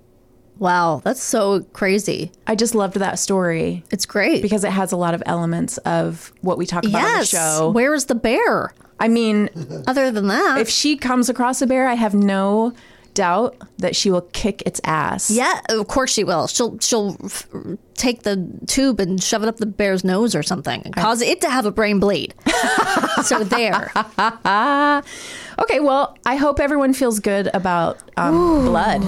B: Wow. That's so crazy.
A: I just loved that story
B: It's great.
A: because it has a lot of elements of what we talk about on the
B: yes.
A: show.
B: Where is the bear?
A: I mean,
B: Other than that.
A: if she comes across a bear, I have no doubt that she will kick its ass.
B: yeah, of course she will. She'll she'll f- take the tube and shove it up the bear's nose or something and cause it to have a brain bleed. so there.
A: Okay, well, I hope everyone feels good about um, blood.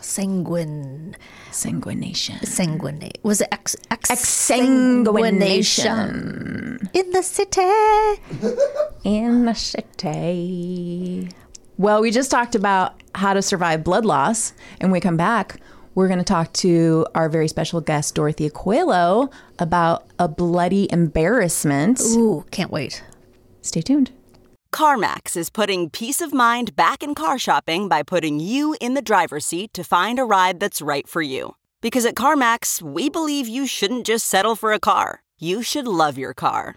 B: Sanguine
A: Sanguination.
B: sanguinate. Was it ex, ex,
A: Exsanguination.
B: in the city?
A: In the city. Well, we just talked about how to survive blood loss. And when we come back, we're going to talk to our very special guest, Dorothea Coelho, about a bloody embarrassment.
B: Ooh, can't wait.
A: Stay tuned.
D: CarMax is putting peace of mind back in car shopping by putting you in the driver's seat to find a ride that's right for you. Because at CarMax, we believe you shouldn't just settle for a car, you should love your car.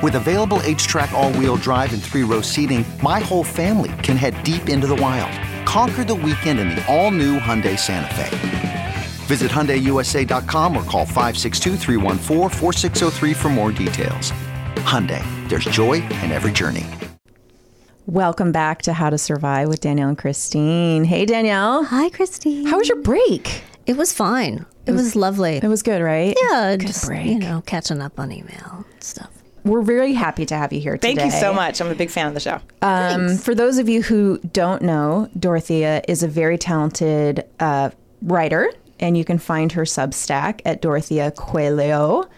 E: With available H track, all wheel drive, and three row seating, my whole family can head deep into the wild. Conquer the weekend in the all new Hyundai Santa Fe. Visit HyundaiUSA.com or call 562-314-4603 for more details. Hyundai, there's joy in every journey.
A: Welcome back to How to Survive with Danielle and Christine. Hey, Danielle.
B: Hi, Christine.
A: How was your break?
B: It was fine. It, was, lovely.
A: It was good, right?
B: yeah,
A: Good
B: just
A: break.
B: you know, catching up on email and stuff.
A: We're really happy to have you here today.
F: Thank you so much. I'm a big fan of the show.
A: Um, for those of you who don't know, Dorothea is a very talented uh, writer, and you can find her Substack at dorotheacoelho.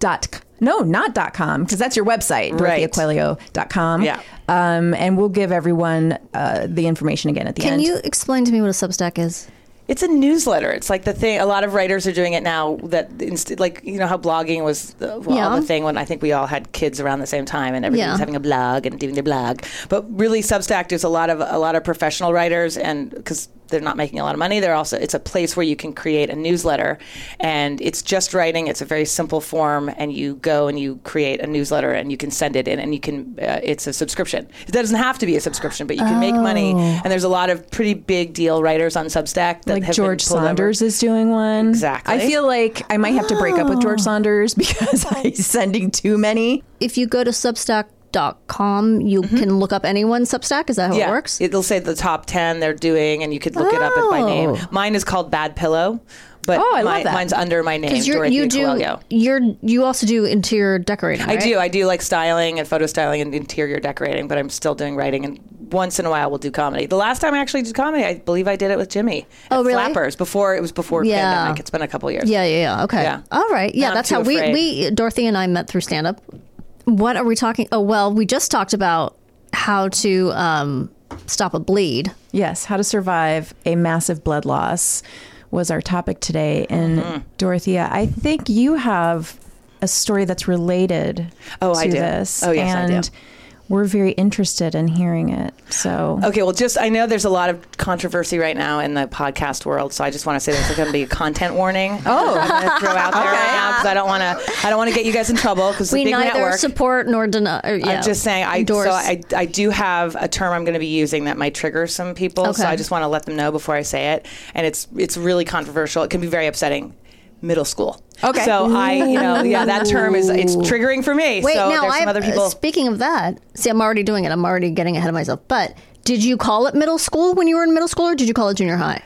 A: Dot, c- no, not dot .com, because that's your website,
F: Right.
A: dorotheacoelho.com.
F: Yeah.
A: Um, and we'll give everyone uh, the information again at the
B: Can
A: end.
B: you explain to me what a Substack is?
F: It's a newsletter. It's like the thing. A lot of writers are doing it now. That inst- like you know how blogging was the, well,
B: Yeah.
F: the thing when I think we all had kids around the same time and everybody
B: Yeah.
F: was having a blog and doing their blog. But really, Substack is a lot of a lot of professional writers and because they're not making a lot of money, they're also it's a place where you can create a newsletter and it's just writing. It's a very simple form, and you go and you create a newsletter and you can send it in and you can. Uh, it's a subscription. It doesn't have to be a subscription, but you can make money.
B: Oh.
F: And there's a lot of pretty big deal writers on Substack that
A: like
F: have been
A: George
F: pulled over.
A: Saunders is doing one.
F: Exactly.
A: I feel like I might have to break up with
B: Oh.
A: George Saunders because he's sending too many.
B: If you go to Substack.com, you can look up anyone Substack. Is that how
F: Mm-hmm. Yeah,
B: it works?
F: It'll say the top ten they're doing, and you could look it up by name.
B: Oh.
F: Mine is called Bad Pillow, but
A: Oh, I love
F: mine-
A: that.
F: mine's under my name.
B: you're,
F: Dorothea
B: you do
F: Coelho.
B: you're you also do interior decorating.
F: I
B: right?
F: do. I do like styling and photo styling and interior decorating, but I'm still doing writing. And once in a while, we'll do comedy. The last time I actually did comedy, I believe I did it with Jimmy.
B: Oh,
F: at
B: really?
F: Flappers before it was before
B: Yeah.
F: pandemic. It's been a couple years.
B: Yeah, yeah, yeah. Okay.
F: Yeah.
B: All right. Yeah,
F: Not
B: that's
F: too
B: how we,
F: afraid.
B: we Dorothy and I met through stand up. What are we talking? Oh, well, we just talked about how to um, stop a bleed.
A: Yes, how to survive a massive blood loss was our topic today. And
F: Mm-hmm.
A: Dorothea, I think you have a story that's related
F: Oh,
A: to
F: I do.
A: this.
F: Oh, yes, I
A: and
F: do.
A: We're very interested in hearing it. So
F: Okay, well, just I know there's a lot of controversy right now in the podcast world, so I just want to say there's going to be a content warning. Oh, I'm going to throw out there right now because I don't want to I don't want to get you guys in trouble because
B: We
F: the big
B: neither
F: network.
B: support nor deny. Or, yeah,
F: I'm just saying. I
B: endorse.
F: so I, I do have a term I'm going to be using that might trigger some people. So
B: Okay.
F: I just want to let them know before I say it. And it's it's really controversial. It can be very upsetting. Middle school.
A: Okay.
F: So I, you know, yeah, that term is it's triggering for me.
B: Wait,
F: so
B: now
F: there's
B: I have,
F: some
B: uh,
F: other people.
B: speaking of that, see, I'm already doing it. I'm already getting ahead of myself. But did you call it middle school when you were in middle school, or did you call it junior high?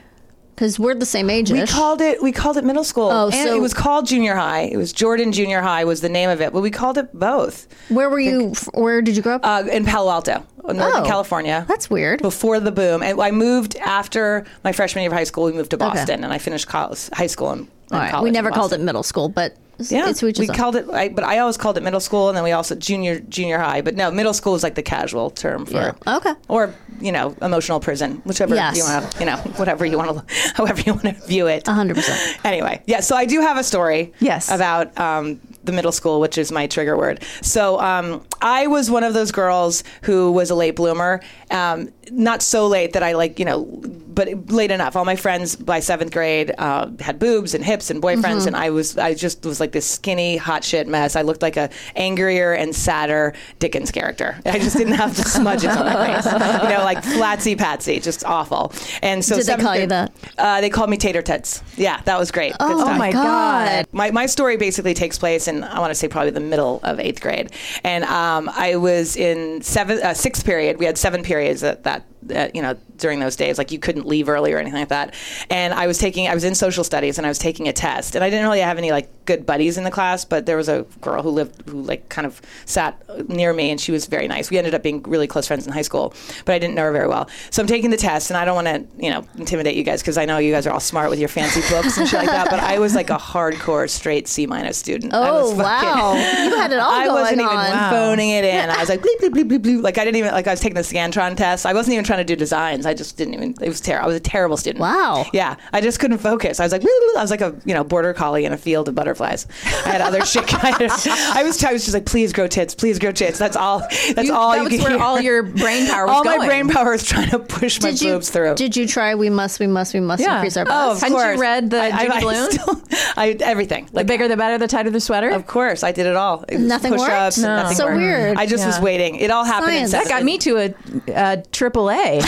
B: Because we're the same age.
F: We called it. We called it middle school,
B: Oh,
F: and
B: so-
F: it was called junior high. It was Jordan Junior High was the name of it, but we called it both.
B: Where were you? f- Where did you grow up?
F: Uh, in Palo Alto, uh, Northern
B: Oh,
F: California.
B: that's weird.
F: Before the boom, and I moved after my freshman year of high school. We moved to Boston, and I finished col high school and.
B: All right. We never called it middle school, but it's-
F: Yeah,
B: it's, we
F: we called it, I, but I always called it middle school, and then we also junior junior high. But no, middle school is like the casual term for
B: Yeah. Okay.
F: or you know emotional prison, whichever
B: Yes.
F: you want, to, you know, whatever you want to, however you want to view it.
B: 100%.
F: Anyway, yeah. So I do have a story.
A: Yes.
F: About um, the middle school, which is my trigger word. So um, I was one of those girls who was a late bloomer. Um, not so late that I like you know, but late enough. All my friends by seventh grade uh, had boobs and hips and boyfriends,
B: Mm-hmm.
F: and I was I just was like this skinny hot shit mess. I looked like a angrier and sadder Dickens character. I just didn't have the smudges on my face. You know, like flatsy patsy, just awful. And so
B: Did they
F: seventh
B: call you
F: grade-
B: that?
F: Uh, they called me tater tits. Yeah, that was great. Good
B: Oh
F: stuff.
B: my God.
F: My, my story basically takes place in, I want to say probably the middle of eighth grade. And um, I was in seventh, uh, sixth period. We had seven periods at that, uh, you know, during those days. Like you couldn't leave early or anything like that. And I was taking, I was in social studies and I was taking a test. And I didn't really have any like good buddies in the class, but there was a girl who lived, who like kind of sat near me and she was very nice. We ended up being really close friends in high school, but I didn't know her very well. So I'm taking the test and I don't want to, you know, intimidate you guys because I know you guys are all smart with your fancy books and shit like that, but I was like a hardcore straight C minus student. I was
B: Oh wow! You had it all
F: I
B: going
F: wasn't even
B: on.
F: phoning it in. I was like bleep bleep bleep bleep bleep. Like I didn't even like I was taking the scantron test. I wasn't even trying to do designs. I I just didn't even. It was terrible. I was a terrible student.
B: Wow.
F: Yeah, I just couldn't focus. I was like, I was like a you know border collie in a field of butterflies. I had other shit. I was. I was just like, please grow tits, please grow tits. That's all. That's
G: You-
F: all
G: that
F: you
G: was
F: could
G: where
F: hear.
G: all your brain power was
F: all my
G: going.
F: brain power is trying to push my
B: Did you
F: boobs through.
B: did you try? We must, we must, we must
G: Yeah.
B: increase our.
F: Oh,
B: buzz?
F: of
G: Hadn't you
F: course.
G: read the Judy Blume?
F: still- I, everything.
G: The
F: Like,
G: bigger the better, the tighter the sweater.
F: of course, I did it all. It was
B: Nothing
F: push-ups,
B: worked? No.
F: Nothing
B: So
F: worked.
B: weird.
F: I just was
A: Yeah.
F: waiting. It all happened. In
B: Science.
F: seven
B: That
A: That got me to a, a triple A.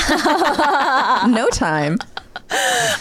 A: no time.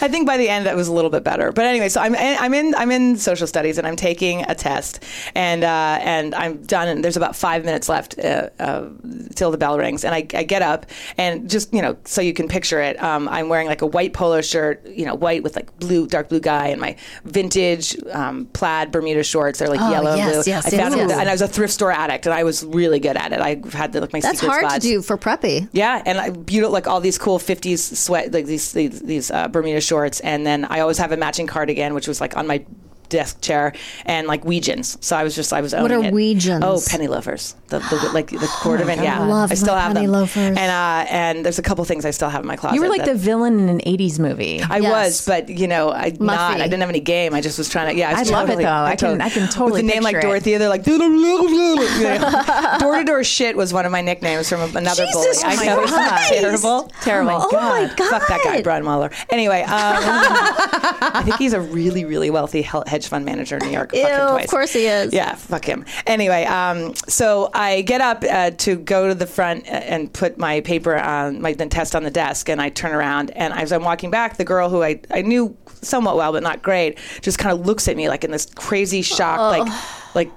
F: I think by the end that was a little bit better. But anyway, so I'm I'm in I'm in social studies and I'm taking a test and uh, and I'm done and there's about five minutes left uh, uh, till the bell rings and I, I get up and just you know so you can picture it. Um, I'm wearing like a white polo shirt, you know, white with like blue dark blue guy and my vintage um, plaid Bermuda shorts. They're like yellow and
B: Oh, yes,
F: blue.
B: yes,
F: I found
B: yes,
F: it-
B: yes.
F: and I was a thrift store addict and I was really good at it. I had the, like my
B: That's
F: secret
B: hard to
F: spots.
B: do for preppy.
F: Yeah, and I, beautiful, like all these cool '50s sweat, like these these, these uh, Bermuda shorts, and then I always have a matching cardigan, which was like on my desk chair, and like Weegeans. So I was just I was owning
B: are
F: it.
B: Weegeans?
F: Oh, penny loafers, the, the like the cordovan. yeah,
B: I love
F: I still
B: my
F: have
B: penny
F: them.
B: loafers.
F: And uh, and there's a couple things I still have in my closet.
A: You were like
F: that-
A: the villain in an 80s movie.
F: I
B: Yes.
F: was, but you know, I not. I didn't have any game. I just was trying to. Yeah, I, was
A: I love it,
F: totally-
A: though. I can-
F: totally-
A: I can totally
F: with a name like
A: picture it.
F: Dorothea. They're like door to door shit was one of my nicknames from another
B: Jesus
F: bully. I know, isn't that
B: Christ.
F: terrible, terrible.
B: Oh my God.
F: fuck that guy,
B: God.
F: Brian Waller. Anyway, um, I think he's a really, really wealthy hel- hedge fund manager in New York. Fuck him
B: Ew, of
F: twice.
B: course he is.
F: Yeah, fuck him. Anyway, um, so I get up uh, to go to the front and put my paper on my test on the desk, and I turn around, and as I'm walking back, the girl who I, I knew somewhat well but not great just kind of looks at me like in this crazy shock, like like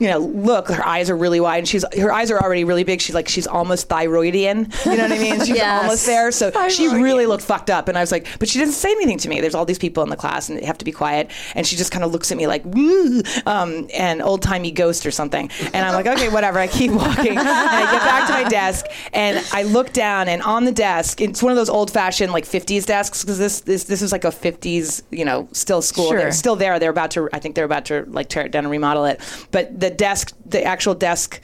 F: you know, look, her eyes are really wide, and she's her eyes are already really big. She's like she's almost thyroidian. You know what I mean? She's
B: Yes.
F: almost there. So she really looked fucked up, and I was like, but she didn't say anything to me. There's all these people in the class, and they have to be quiet. And she just kind of looks at me like, woo, um, and old timey ghost or something. And I'm like, okay, whatever. I keep walking. and I get back to my desk, and I look down, and on the desk, it's one of those old fashioned like 50s desks because this this this is like a 50s, you know, still school.
A: Sure.
F: They're still there. They're about to. I think they're about to like tear it down and remodel it. But the desk, the actual desk.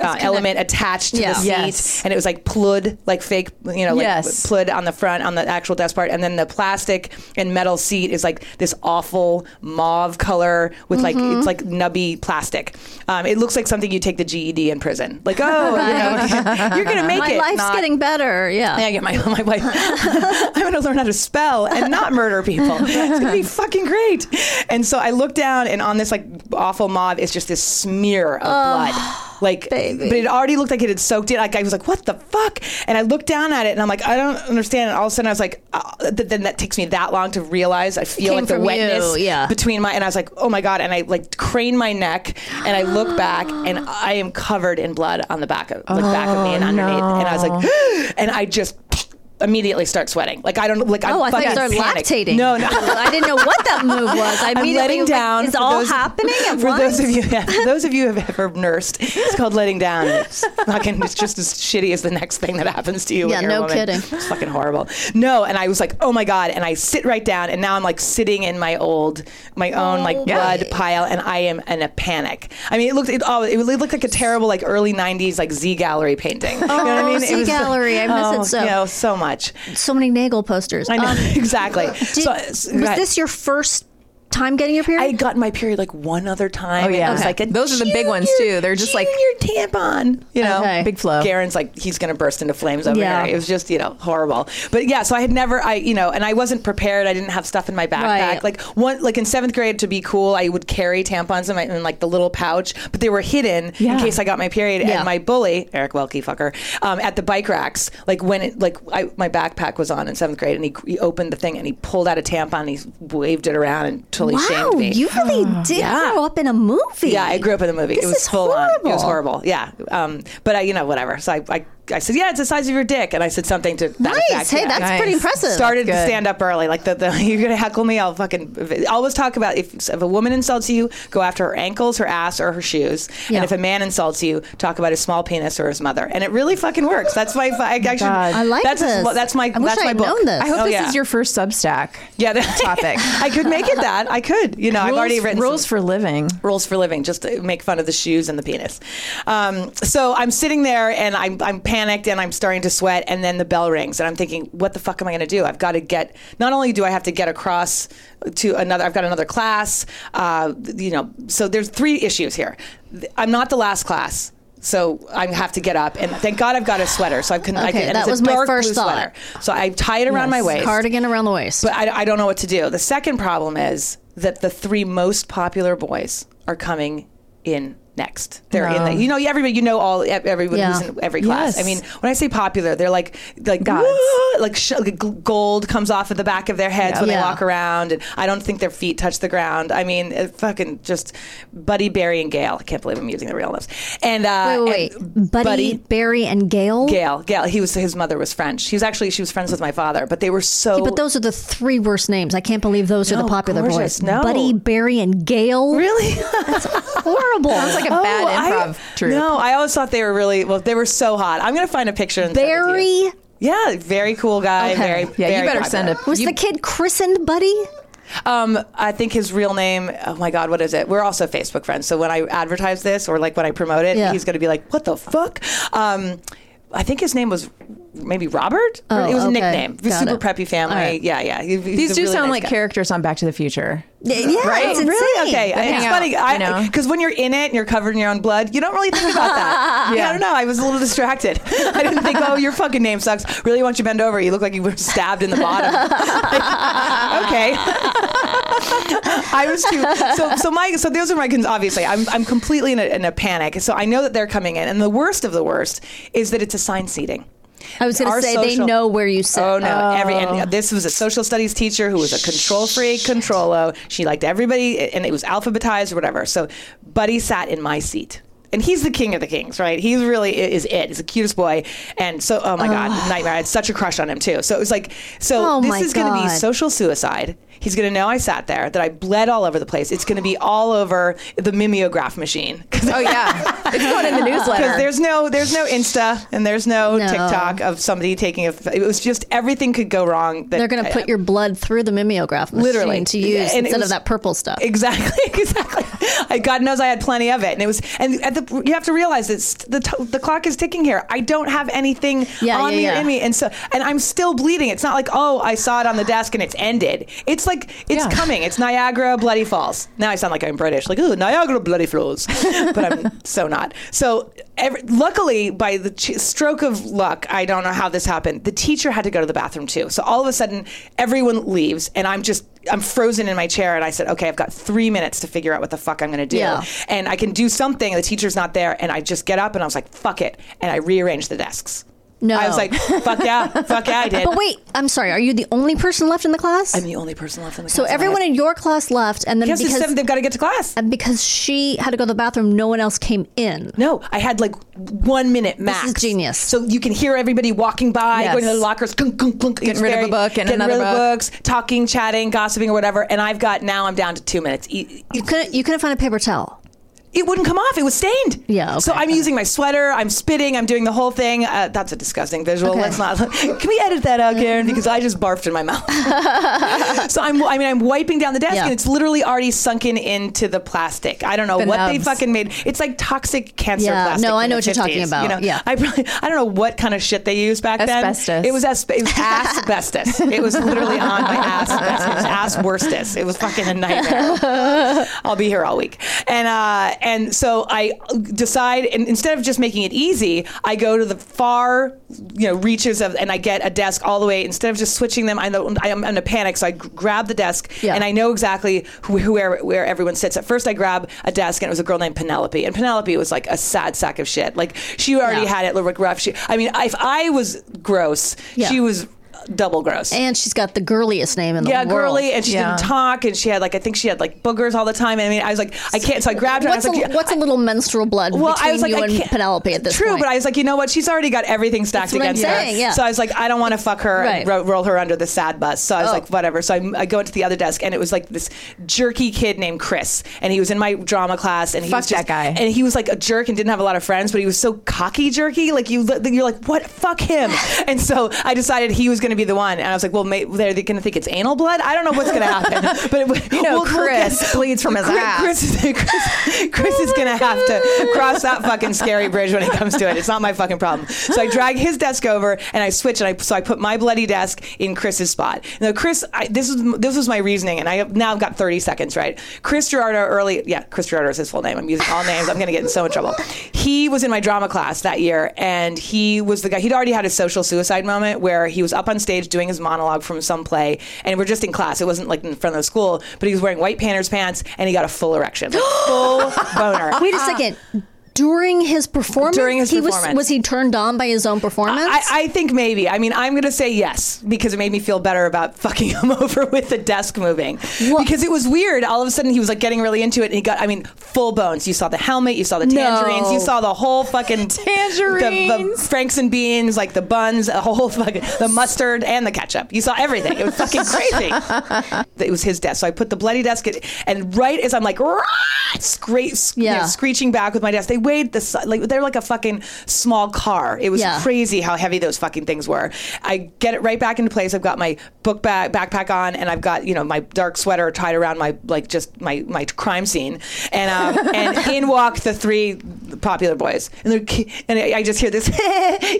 F: Uh, element attached to
B: Yeah.
F: the seat,
A: Yes.
F: and it was like plud, like fake, you know, like
A: Yes.
F: plud on the front on the actual desk part, and then the plastic and metal seat is like this awful mauve color with like
B: Mm-hmm.
F: it's like nubby plastic. Um, it looks like something you take the GED in prison. Like, oh, you know, you're gonna make
B: My
F: it.
B: life's
F: not-
B: getting better. Yeah.
F: yeah, I get my my wife. I'm gonna learn how to spell and not murder people. It's gonna be fucking great. And so I look down, and on this like awful mob is just this smear of blood. Like, but it already looked like it had soaked in. Like I was like, "What the fuck?" And I looked down at it, and I'm like, "I don't understand." And all of a sudden, I was like, uh, th- "Then that takes me that long to realize." I feel
B: Came
F: like the
B: from you,
F: wetness
B: yeah.
F: between my, and I was like, "Oh my god!" And I like crane my neck, and I look back, and I am covered in blood on the back of like back of me
B: Oh,
F: and underneath. And I was like, and I just immediately start sweating. Like I don't like I'm
B: Oh, I thought you
F: fucking
B: started
F: panicked.
B: lactating.
F: No, no.
B: I didn't know what that move was. I
F: I'm
B: immediately
F: letting
B: was like,
F: down.
B: It's
F: for
B: all
F: those-
B: happening at
F: for those
B: once.
F: of you, yeah, for those of you who have ever nursed, it's called letting down. It's fucking, it's just as shitty as the next thing that happens to you.
B: Yeah,
F: when you're a
B: no
F: woman.
B: kidding.
F: It's fucking horrible. No, and I was like, oh my god, and I sit right down, and now I'm like sitting in my old, my own like blood pile, and I am in a panic. I mean, it looked, it, oh, it looked like a terrible like early '90s like Z gallery painting. you know what I mean?
B: Oh,
F: It
B: Z
F: was like-
B: Gallery. I miss it
F: oh,
B: so.
F: You know, so much.
B: so many Nagel posters.
F: I know
B: Um,
F: exactly.
B: did-
F: so,
B: was
F: so- go ahead.
B: this your first time getting your period?
F: I got my period like one other time. Oh
A: yeah.
F: it was like a
G: Those are the big ones,
F: junior-
G: too. They're just, like-
F: junior tampon. You know,
B: Okay.
A: Big flow.
F: Garen's like he's gonna burst into flames over
B: Yeah.
F: here. It was just you know horrible. But yeah, so I had never I you know and I wasn't prepared. I didn't have stuff in my backpack.
B: Right.
F: Like one like in seventh grade to be cool, I would carry tampons in my in like the little pouch, but they were hidden in case I got my period.
B: Yeah.
F: And my bully Eric Welke fucker um, at the bike racks like when it like I, my backpack was on in seventh grade and he, he opened the thing and he pulled out a tampon and he waved it around and totally
B: wow,
F: shamed me. Oh,
B: you really did grow up in a movie.
F: Yeah, I grew up in the movie.
B: This
F: it was
B: is
F: full on. It was
B: horrible.
F: horrible. Yeah. Um, but I, you know, whatever. So I, I, I said, yeah, it's the size of your dick, and I said something to that
B: Nice.
F: effect.
B: Hey,
F: Yeah.
B: that's pretty impressive.
F: Started to
A: That's good.
F: stand up early. Like the, the you're gonna heckle me. I'll fucking always talk about if, if a woman insults you, go after her ankles, her ass, or her shoes.
B: Yeah.
F: And if a man insults you, talk about his small penis or his mother. And it really fucking works. That's my. I, I, should,
B: Oh I like
F: that's
B: this.
F: That's my.
B: I wish
F: that's
B: I
F: my
B: had
F: book.
B: known this.
A: I hope
F: Oh,
A: this
F: yeah.
A: is your first Substack.
F: yeah that-
A: topic.
F: I could make it that. I could. You know, I've already
A: Rules-
F: written
A: rules
F: some-
A: for living.
F: rules for living just to make fun of the shoes and the penis um, so i'm sitting there and i'm, I'm panicked and I'm starting to sweat. And then the bell rings, and I'm thinking, what the fuck am I going to do? I've got to get. Not only do I have to get across to another, I've got another class. Uh, you know, so there's three issues here. I'm not the last class. So I have to get up, and thank God I've got a sweater. So I can. I
B: Okay,
F: can and
B: that
F: it's a
B: was my
F: dark
B: first
F: blue
B: thought.
F: Sweater. So I tie it around my waist.
B: Cardigan around the waist.
F: But I, I don't know what to do. The second problem is that the three most popular boys are coming in next. They're in the, you know, everybody, you know, all, everyone
B: Yeah.
F: who's in every class. I mean, when I say popular, they're like, like,
A: Gods.
F: "Whoa," like sh- like gl- gold comes off of the back of their heads when they
B: Yeah.
F: walk around. And I don't think their feet touch the ground. I mean, it fucking just Buddy, Barry, and Gail. I can't believe I'm using their real names. And, uh,
B: wait, wait,
F: and
B: wait. Buddy, Barry, and Gail.
F: Gail, Gail, he was his mother was French. He was actually she was friends with my father, but they were so.
B: But those are the three worst names. I can't believe those are
F: No,
B: the popular
F: gorgeous,
B: boys.
F: no.
B: Buddy, Barry, and Gail.
F: really
B: Horrible. Oh, Sounds
G: like a bad improv
F: Oh, I,
G: troupe.
F: No, I always thought they were really well. They were so hot. I'm gonna find a picture. And send it to you.
B: Barry.
F: Yeah, very cool guy.
B: Okay.
F: Very
G: Yeah,
F: very
G: you better
F: popular.
G: send a.
B: Was
G: you-
B: the kid christened Buddy?
F: Um, I think his real name. Oh my God, what is it? We're also Facebook friends. So when I advertise this or like when I promote it,
B: Yeah.
F: he's gonna be like, "What the fuck?" Um, I think his name was maybe Robert. Or
B: Oh,
F: it was a
B: okay.
F: nickname.
B: Got
F: Super
B: it.
F: preppy family.
B: All right.
F: Yeah, yeah. He- he's
A: These
F: a
A: do
F: really
A: sound
F: nice
A: like
F: guy.
A: characters on Back to the Future.
B: Yeah, it's insane.
F: Really? Okay. It's
A: hang out,
F: funny.
A: you
F: I
A: know?
F: Because when you're in it and you're covered in your own blood, you don't really think about that. yeah. I don't know. I was a little distracted. I didn't think, oh, your fucking name sucks. Really, why don't you bend over? You look like you were stabbed in the bottom. okay. I was too. So, so my, so those are my cons. Obviously, I'm, I'm completely in a, in a panic. So I know that they're coming in, and the worst of the worst is that it's assigned seating.
B: I was going
F: Our
B: to say
F: social-
B: they know where you sit.
F: Oh no! Every and this was a social studies teacher who was a control freak, controllo. She liked everybody, and it was alphabetized or whatever. So, Buddy sat in my seat, and he's the king of the kings, right? He's really i- is it. He's the cutest boy, and so oh my god, nightmare! I had such a crush on him too. So it was like, so
B: Oh,
F: this
B: my
F: is going to be
B: God.
F: social suicide. He's going to know I sat there, that I bled all over the place. It's going to be all over the mimeograph machine. 'Cause-
G: Oh yeah, it's going in the newsletter.
F: because there's no there's no Insta and there's no,
B: No.
F: TikTok of somebody taking a. It was just everything could go wrong. that-
B: They're going to put your blood through the mimeograph machine
F: Literally.
B: to use
F: And it
B: instead
F: was-
B: of that purple stuff.
F: Exactly, exactly. I, God knows I had plenty of it, and it was. And at the, you have to realize that st- the t- the clock is ticking here. I don't have anything
B: Yeah,
F: on
B: yeah,
F: me or
B: yeah.
F: in me, and so and I'm still bleeding. It's not like oh I saw it on the desk and it's ended. It's like it's
G: Yeah.
F: coming. It's Niagara Bloody Falls. Now I sound like I'm British, like oh Niagara Bloody Falls, but I'm so not. So every, luckily, by the ch- stroke of luck, I don't know how this happened. The teacher had to go to the bathroom too. So all of a sudden, everyone leaves, and I'm just I'm frozen in my chair. And I said, okay, I've got three minutes to figure out what the fuck I'm going to do,
B: Yeah.
F: and I can do something. The teacher's not there, and I just get up and I was like, fuck it, and I rearranged the desks.
B: No.
F: I was like, fuck yeah, fuck yeah, I did.
B: But wait, I'm sorry. Are you the only person left in the class?
F: I'm the only person left in the
B: so
F: class.
B: everyone in your class left, and then
F: Yes, it's
B: because
F: seven. They've got to get to class.
B: and because she had to go to the bathroom, no one else came in.
F: No, I had like one minute max.
B: is genius.
F: So you can hear everybody walking by,
G: Yes.
F: going to the lockers, clunk, clunk, clunk. It's
G: rid of a book and
F: getting
G: another
F: rid of
G: book.
F: books, talking, chatting, gossiping, or whatever. And I've got now I'm down to two minutes. E-
B: You couldn't. You couldn't find a paper towel.
F: It wouldn't come off. It was stained.
B: Yeah, okay,
F: so I'm
B: okay.
F: using my sweater. I'm spitting. I'm doing the whole thing. Uh, that's a disgusting visual.
B: Okay. Mm-hmm.
F: Let's not. Can we edit that out, Karen? Because I just barfed in my mouth. so I'm. I mean, I'm wiping down the desk,
B: Yeah.
F: and it's literally already sunken into the plastic. I don't know
G: The
F: what they
G: nubs.
F: fucking made. It's like toxic cancer
B: Yeah,
F: plastic.
B: no, I
F: from
B: know
F: the
B: what you're talking
F: 50s,
B: about.
F: You know?
B: Yeah.
F: I probably. I don't know what kind of shit they used back then.
G: Asbestos.
F: It was, asbe- it was asbestos. it was literally on my ass. It was ass worstus. It was fucking a nightmare. I'll be here all week. And uh, and so I decide, and instead of just making it easy, I go to the far, you know, reaches of, and I get a desk all the way. Instead of just switching them, I know, I'm in a panic, so I g- grab the desk,
B: Yeah.
F: and I know exactly who, who where, where everyone sits. At first, I grab a desk, and it was a girl named Penelope, and Penelope was like a sad sack of shit. Like she already
B: Yeah.
F: had it like, rough. She, I mean, if I was gross,
B: Yeah.
F: she was double gross.
B: And she's got the girliest name in the
F: Yeah,
B: world.
F: girly, and she
G: Yeah.
F: didn't talk, and she had like I think she had like boogers all the time. And I mean, I was like, I can't. So I grabbed her.
B: What's,
F: and I was
B: a,
F: like,
B: what's a little menstrual blood
F: well,
B: between
F: I was like,
B: you
F: I
B: and
F: can't.
B: Penelope at this
F: True,
B: point?
F: but I was like, you know what? She's already got everything stacked
B: That's what I'm
F: against her.
B: saying, yeah.
F: So I was like, I don't want to fuck her
B: Right.
F: and ro- roll her under the sad bus. So I was
B: Oh.
F: like, whatever. So I, I go into the other desk, and it was like this jerky kid named Chris, and he was in my drama class, and he
G: Fuck
F: was just,
G: that guy.
F: and he was like a jerk and didn't have a lot of friends, but he was so cocky jerky, like you, li- you're like, what? Fuck him. and so I decided he was going to be the one. And I was like, well, may, they're going to think it's anal blood. I don't know what's going to happen. But it-
A: You know,
F: we'll- we'll get-
A: Chris bleeds from his
F: Chris,
A: ass. Oh
F: Chris, Chris, Chris is going to have to cross that fucking scary bridge when it comes to it. It's not my fucking problem. So I drag his desk over and I switch and I so I put my bloody desk in Chris's spot. Now Chris, I, this is this was my reasoning, and I have, now I've got 30 seconds right. Chris Gerardo early, yeah, Chris Gerardo is his full name. I'm using all names. I'm going to get in so much trouble. He was in my drama class that year, and he was the guy. He'd already had his social suicide moment where he was up on stage doing his monologue from some play, and we're just in class. It wasn't like in front of the school, but he was wearing white panter's pants, and he got a full erection, like full boner.
B: Wait a second. During his performance,
F: Uh, During his
B: he was
F: performance.
B: was he turned on by his own performance?
F: I, I think maybe. I mean, I'm going to say yes because it made me feel better about fucking him over with the desk moving. Because it was weird. All of a sudden, he was like getting really into it, and he got. I mean, full bones. You saw the helmet. You saw the tangerines. You saw the whole fucking The, the
A: Tangerines.
F: Franks and beans, like the buns, the whole fucking the mustard and the ketchup. You saw everything. It was fucking crazy. it was his desk, so I put the bloody desk, in, and right as I'm like, "Rah!" scra- sc- you know,
B: Yeah.
F: screeching back with my desk. They weighed the si- like they're like a fucking small car. It was
B: Yeah.
F: crazy crazy how heavy those fucking things were. I get it right back into place. I've got my book bag backpack on, and I've got you know my dark sweater tied around my like just my my crime scene, and um, and in walk the three popular boys, and they're ki- and I I just hear this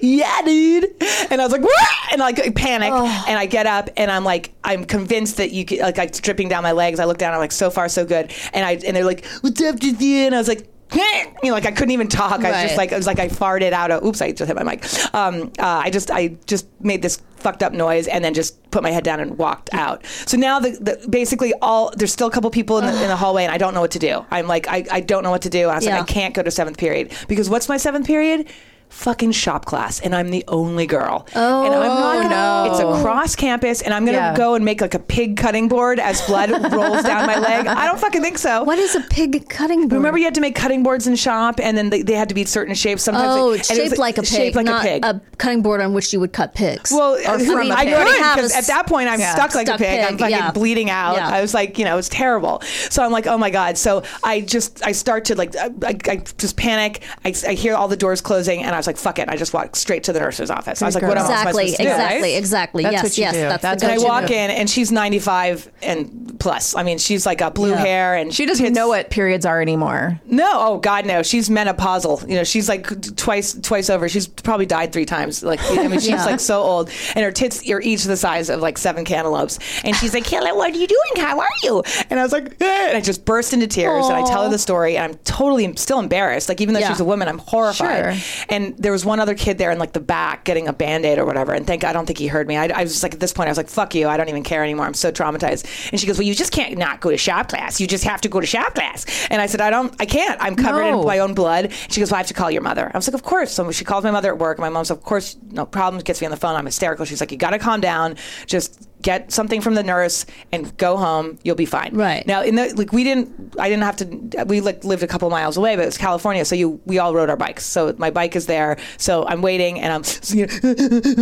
F: yeah dude, and I was like what, and I like panic, and I get up, and I'm like I'm convinced that you could, like I'm dripping down my legs. I look down, I'm like so far so good, and I and they're like what's up with you, and I was like. You know, like I couldn't even talk. I was just
B: Right.
F: like, it was like I farted out. Of, oops, I just hit my mic. Um, uh, I just, I just made this fucked up noise and then just put my head down and walked out. So now, the, the basically all there's still a couple people in the, in the hallway and I don't know what to do. I'm like, I, I don't know what to do. And I was
B: Yeah.
F: like, I can't go to seventh period because what's my seventh period? Fucking shop class, and I'm the only girl. Oh and I'm not gonna, no! It's across campus, and I'm gonna
A: Yeah.
F: go and make like a pig cutting board as blood rolls down my leg. I don't fucking think so.
B: what is a pig cutting board?
F: Remember, you had to make cutting boards in shop, and then they, they had to be certain shapes. Sometimes,
B: oh,
F: it-
B: it's
F: and it was
B: shaped like a pig,
F: Shaped like
B: not
F: a pig.
B: cutting board on which you would cut pigs.
F: well, I,
B: from
F: mean,
B: a
F: I
B: pig. You already
F: couldn't
B: have a
F: because at that point I'm
A: yeah,
F: stuck like
B: stuck
F: a pig. I'm
B: pig,
F: fucking
B: yeah.
F: bleeding out.
B: Yeah.
F: I was like, you know, it's terrible. So I'm like, oh my god. So I just I start to like I, I, I just panic. I, I hear all the doors closing, and I was like, fuck it. I just walk straight to the nurse's office. I was like, what am I supposed
B: exactly,
F: to do?
B: exactly,
F: right?
B: exactly.
A: That's
B: yes,
A: what you
B: yes,
A: do.
B: that's,
A: That's
B: the
A: what
F: And I
A: you
B: go-to.
F: walk in, and she's 95 and plus. I mean, she's like got blue hair, and
A: She doesn't
F: hits-
A: know what periods are anymore.
F: No, oh God, no. She's menopausal. You know, she's like twice, twice over. She's probably died three times. Like, I mean, she's
B: Yeah.
F: like so old, and her tits are each the size of like seven cantaloupes. And she's like, "Kayla, what are you doing? How are you?" And I was like, "Eh," and I just burst into tears, and I tell her the story, and I'm totally still embarrassed. Like, even though
B: Yeah.
F: she's a woman, I'm horrified. And there was one other kid there in like the back getting a band aid or whatever. And thank, I don't think he heard me. I, I was just like, at this point, I was like, "Fuck you! I don't even care anymore. I'm so traumatized." And she goes, "Well, you just can't not go to shop class. You just have to go to shop class." And I said, "I don't. I can't. I'm covered in
A: No.
F: my own blood. She goes, Well, I have to call your mother. I was like, Of course. So she calls my mother at work. My mom's, Of course, no problem. Gets me on the phone. I'm hysterical. She's like, You got to calm down. Just get something from the nurse and go home. You'll be fine.
B: Right.
F: Now, in the, like, we didn't, I didn't have to, we like lived a couple miles away, but it was California. So you, we all rode our bikes. So my bike is there. So I'm waiting and I'm you know,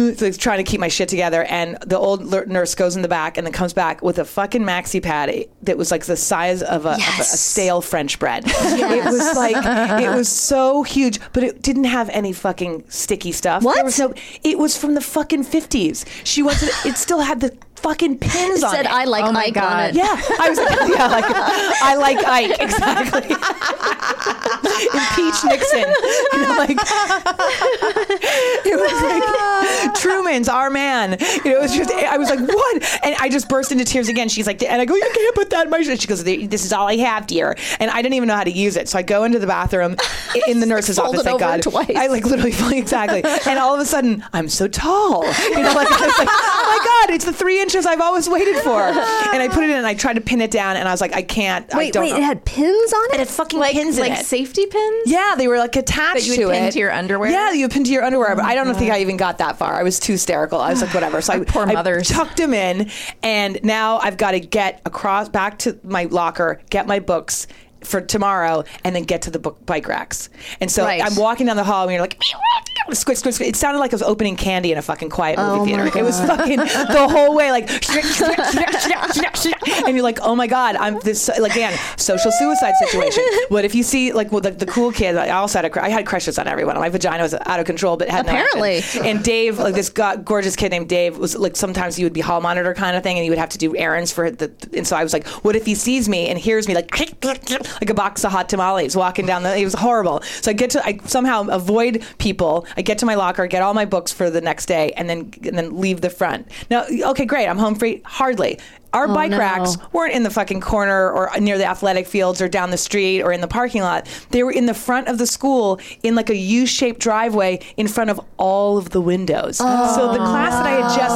F: it's like trying to keep my shit together. And the old l- nurse goes in the back and then comes back with a fucking maxi pad that was like the size of a, of a- a
B: Yes.
F: stale French bread. It was like it was so huge, but it didn't have any fucking sticky stuff. There
B: What?
F: was no- it was from the fucking fifties. She went to. The, it still had the fucking pins on
B: said,
F: it.
B: "I like
A: Oh my
B: Ike on
A: God.
B: it."
F: yeah, I was like, yeah, like I like Ike exactly. Impeach Nixon, you know, like it was like Truman's our man. You know, it was just I was like, what? And I just burst into tears again. She's like, and I go, you can't put that in my. shirt." She goes, this is all I have, dear. And I didn't even know how to use it, so I go into the bathroom i- in the nurse's
B: Fold
F: office.
B: it
F: Thank
B: over
F: God.
B: twice.
F: I like literally exactly. And all of a sudden, I'm so tall. You know, like, I was like oh my God, it's the three inches I've always waited for. And I put it in, and I tried to pin it down, and I was like, I can't. I
B: Wait,
F: don't
B: wait,
F: know.
B: it had pins on it.
F: It had fucking pins in
G: like
F: it.
G: safety pins.
F: Yeah, they were like attached
G: you would
F: to
G: pin
F: it.
G: to your underwear? Oh
F: Yeah, you would pin to your underwear. but I don't think I even got that far. I was too hysterical. I was like, whatever. So I,
A: Poor
F: I
A: mothers.
F: tucked them in, and now I've got to get across back to my locker, get my books. For tomorrow, and then get to the book bike racks, and so
B: Right.
F: I'm walking down the hall, and you're like, "Me, what? squish, squish, squish. It sounded like I was opening candy in a fucking quiet
B: Oh
F: movie theater. It was fucking the whole way like, and you're like, oh my god, I'm this like again social suicide situation. What if you see like well, the, the cool kid? I also had a cr- I had crushes on everyone. My vagina was out of control, but had no action.
B: Apparently.
F: And Dave, like this go- gorgeous kid named Dave, was like sometimes he would be hall monitor kind of thing, and he would have to do errands for the. And so I was like, what if he sees me and hears me like like a box of hot tamales walking down the. It was horrible. So I get to I somehow avoid people. I get to my locker, get all my books for the next day, and then and then leave the front. Now, okay, great, I'm home free. Hardly. Our bike
B: no.
F: racks weren't in the fucking corner or near the athletic fields or down the street or in the parking lot. They were in the front of the school in like a U shaped driveway in front of all of the windows. so the class that I had just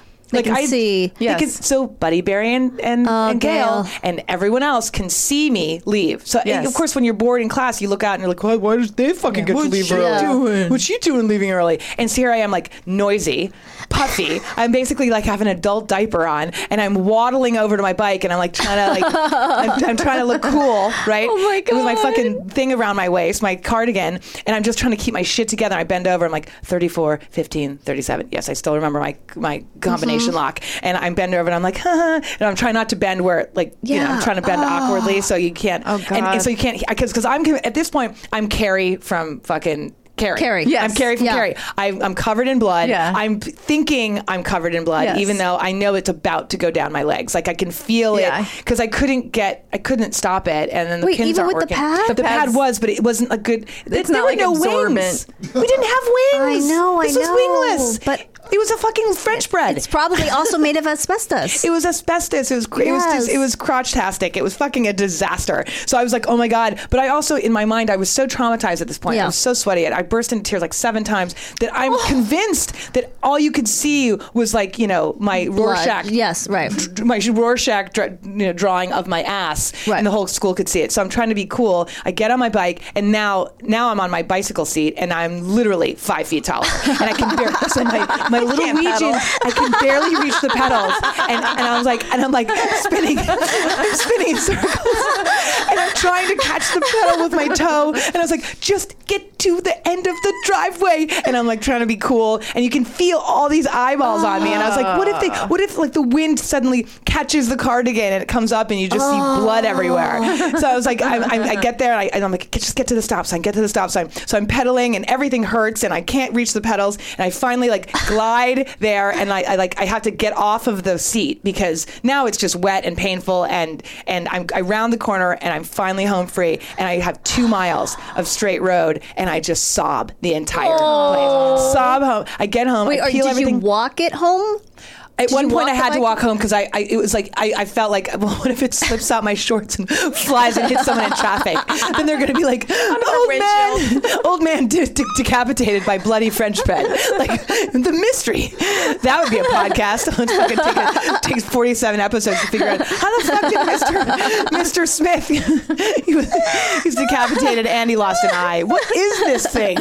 B: Oh. They can see.
F: they
B: Yes. Oh,
F: can- so Buddy Barry and, and, and Gail
B: Gail.
F: and everyone else can see me leave. So and
G: Yes.
F: of course, when you're bored in class, you look out and you're like, why, why does they fucking get to leave
G: she
F: early?
G: doing?
F: What's she doing leaving early? And so here I am, like noisy, puffy. I'm basically like have an adult diaper on, and I'm waddling over to my bike, and I'm like trying to like I'm, I'm trying to look cool, right?
B: Oh my
F: With my
B: God.
F: fucking thing around my waist, my cardigan, and I'm just trying to keep my shit together. I bend over. I'm like 34, 15, 37. Yes, I still remember my my combination
B: Mm-hmm.
F: lock, and I'm bend over, and I'm like, huh, and I'm trying not to bend where like you know I'm
B: Yeah. Ah.
F: trying to bend awkwardly, so you can't.
G: Oh,
F: and- and
G: God.
F: so you can't because because I'm at this point I'm Carrie from fucking Carrie.
B: Carrie.
F: Yes.
B: Yes.
F: I'm Carrie from
B: Yeah.
F: Carrie. I, I'm covered in blood.
G: Yeah.
F: I'm p- thinking I'm covered in blood,
G: Yes.
F: even though I know it's about to go down my legs. Like I can feel
G: Yeah.
F: it because I couldn't get, I couldn't stop it, and then the
B: Wait,
F: pins
B: even
F: aren't
B: with the
F: working.
B: pad?
F: The,
B: The
F: pad
G: pads-
F: was, but it wasn't a good.
G: It's not,
F: there were
G: like,
F: no wings.
G: absorbent.
F: We didn't have wings.
B: I know, I
F: This
B: know,
F: was wingless,
B: but-
F: it was a fucking French bread.
B: It's probably also made of asbestos.
F: It was asbestos. It was cr- it was
B: Yes.
F: just, it was crotchtastic. It was fucking a disaster. So I was like, oh my god. But I also in my mind I was so traumatized at this point. I
B: Yeah. Oh.
F: was so sweaty. I burst into tears like seven times that I'm convinced that all you could see was like you know my
B: Blood.
F: Rorschach.
B: Yes, right.
F: dr- My Rorschach dra- you know, drawing of my ass,
B: Right.
F: and the whole school could see it. So I'm trying to be cool. I get on my bike, and now now I'm on my bicycle seat, and I'm literally five feet taller, and I can barely. so my, my little
G: can't pedal.
F: Ouija I can barely reach the pedals, and, and I was like, and I'm like spinning, I'm spinning in circles, and I'm trying to catch the pedal with my toe, and I was like, just get to the end of the driveway, and I'm like trying to be cool, and you can feel all these eyeballs on me, and I was like, what if they, what if like the wind suddenly catches the cardigan and it comes up and you just see blood everywhere? So I was like, I'm, I'm, I get there and, I, and I'm like, just get to the stop sign, get to the stop sign. So I'm pedaling and everything hurts and I can't reach the pedals, and I finally like glide there and I, I like I have to get off of the seat because now it's just wet and painful and and I'm I round the corner and I'm finally home free and I have two miles of straight road and I just sob the entire place sob home I get home
B: Wait,
F: I
B: or
F: peel
B: did
F: everything
B: you walk it home?
F: at
B: Did
F: one
B: you
F: point,
B: walk
F: I had
B: the
F: to
B: bike?
F: walk home because I, I, it was like I, I felt like, well, what if it slips out my shorts and flies and hits someone in traffic? then they're going to be like, old man, old man de- de- decapitated by bloody French bread. Like the mystery. That would be a podcast. It's fucking take a, takes forty-seven episodes to figure out how the fuck did Mister Mister Smith he was, he's decapitated and he lost an eye. What is this thing?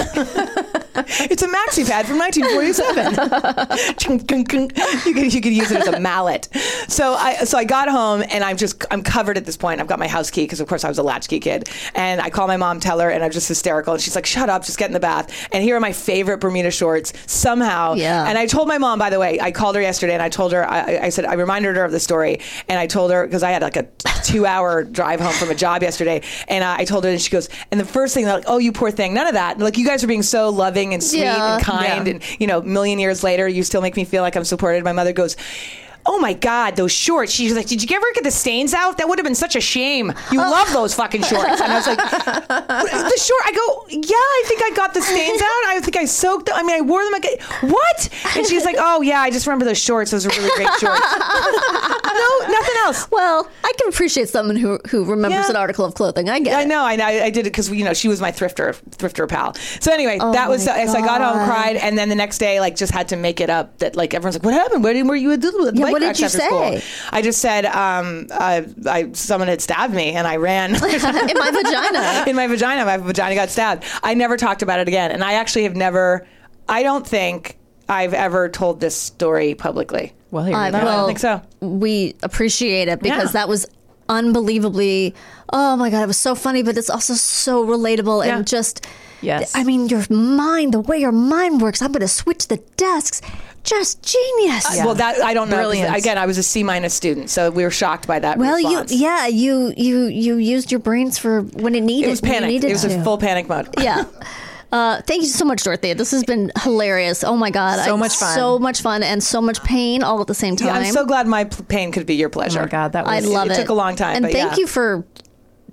F: It's a maxi pad from 1947. Chung, chung, chung. you, could, you could use it as a mallet. So I so I got home and I'm just I'm covered at this point. I've got my house key because of course I was a latchkey kid. And I call my mom, tell her, and I'm just hysterical. And she's like, "Shut up, just get in the bath." And here are my favorite Bermuda shorts. Somehow,
B: Yeah.
F: And I told my mom, by the way, I called her yesterday and I told her I, I- I said I reminded her of the story and I told her because I had like a two hour drive home from a job yesterday and I, I told her and she goes and the first thing they're like, "Oh, you poor thing," none of that. Like you guys are being so loving and sweet
B: Yeah.
F: and kind
G: Yeah.
F: and you know million years later you still make me feel like i'm supported my mother goes Oh my God, those shorts. She's like, Did you ever get the stains out? That would have been such a shame. You love those fucking shorts. And I was like, The short, I go, Yeah, I think I got the stains out. I think I soaked them. I mean, I wore them again. What? And she's like, Oh, yeah, I just remember those shorts. Those were really great shorts. no, nothing else.
B: Well, I can appreciate someone who who remembers
F: Yeah.
B: an article of clothing. I get
F: I
B: it.
F: know, I know. I did it because you know she was my thrifter, thrifter pal. So anyway, that was so,
B: Oh my
F: I got home,
B: God.
F: cried, and then the next day, like, just had to make it up that like everyone's like, "What happened? Where did- were you at the the
B: Yeah,
F: bike
B: what did
F: racks
B: you
F: after
B: say?
F: school?" I just said, um, I, I, someone had stabbed me, and I ran.
B: In my vagina.
F: in my vagina. My vagina got stabbed. I never talked about it again, and I actually have never. I don't think I've ever told this story publicly.
G: Well, here
B: I-
G: we go.
F: I
B: well,
F: don't think so.
B: We appreciate it because
F: Yeah.
B: that was unbelievably. Oh my god, it was so funny, but it's also so relatable
F: Yeah.
B: and just
A: Yes.
B: I mean, your mind, the way your mind works, I'm going to switch the desks. Just genius.
F: Uh, Well, that I don't know. 'cause
A: Brilliant.
F: Again, I was a C minus student, so we were shocked by that.
B: well,
F: response.
B: you yeah, you you you used your brains for when it needed.
F: It was
B: when you
F: panic.
B: needed
F: It was
B: to.
F: a full panic mode.
B: yeah. Uh, thank you so much, Dorothea. This has been hilarious. Oh my god,
A: So much fun.
B: so much fun, and so much pain all at the same time.
F: Yeah, I'm so glad my p- pain could be your pleasure.
A: Oh my God, that
B: I
A: was-
B: love it.
F: It took a long time,
B: and
F: but
B: thank
F: yeah.
B: you for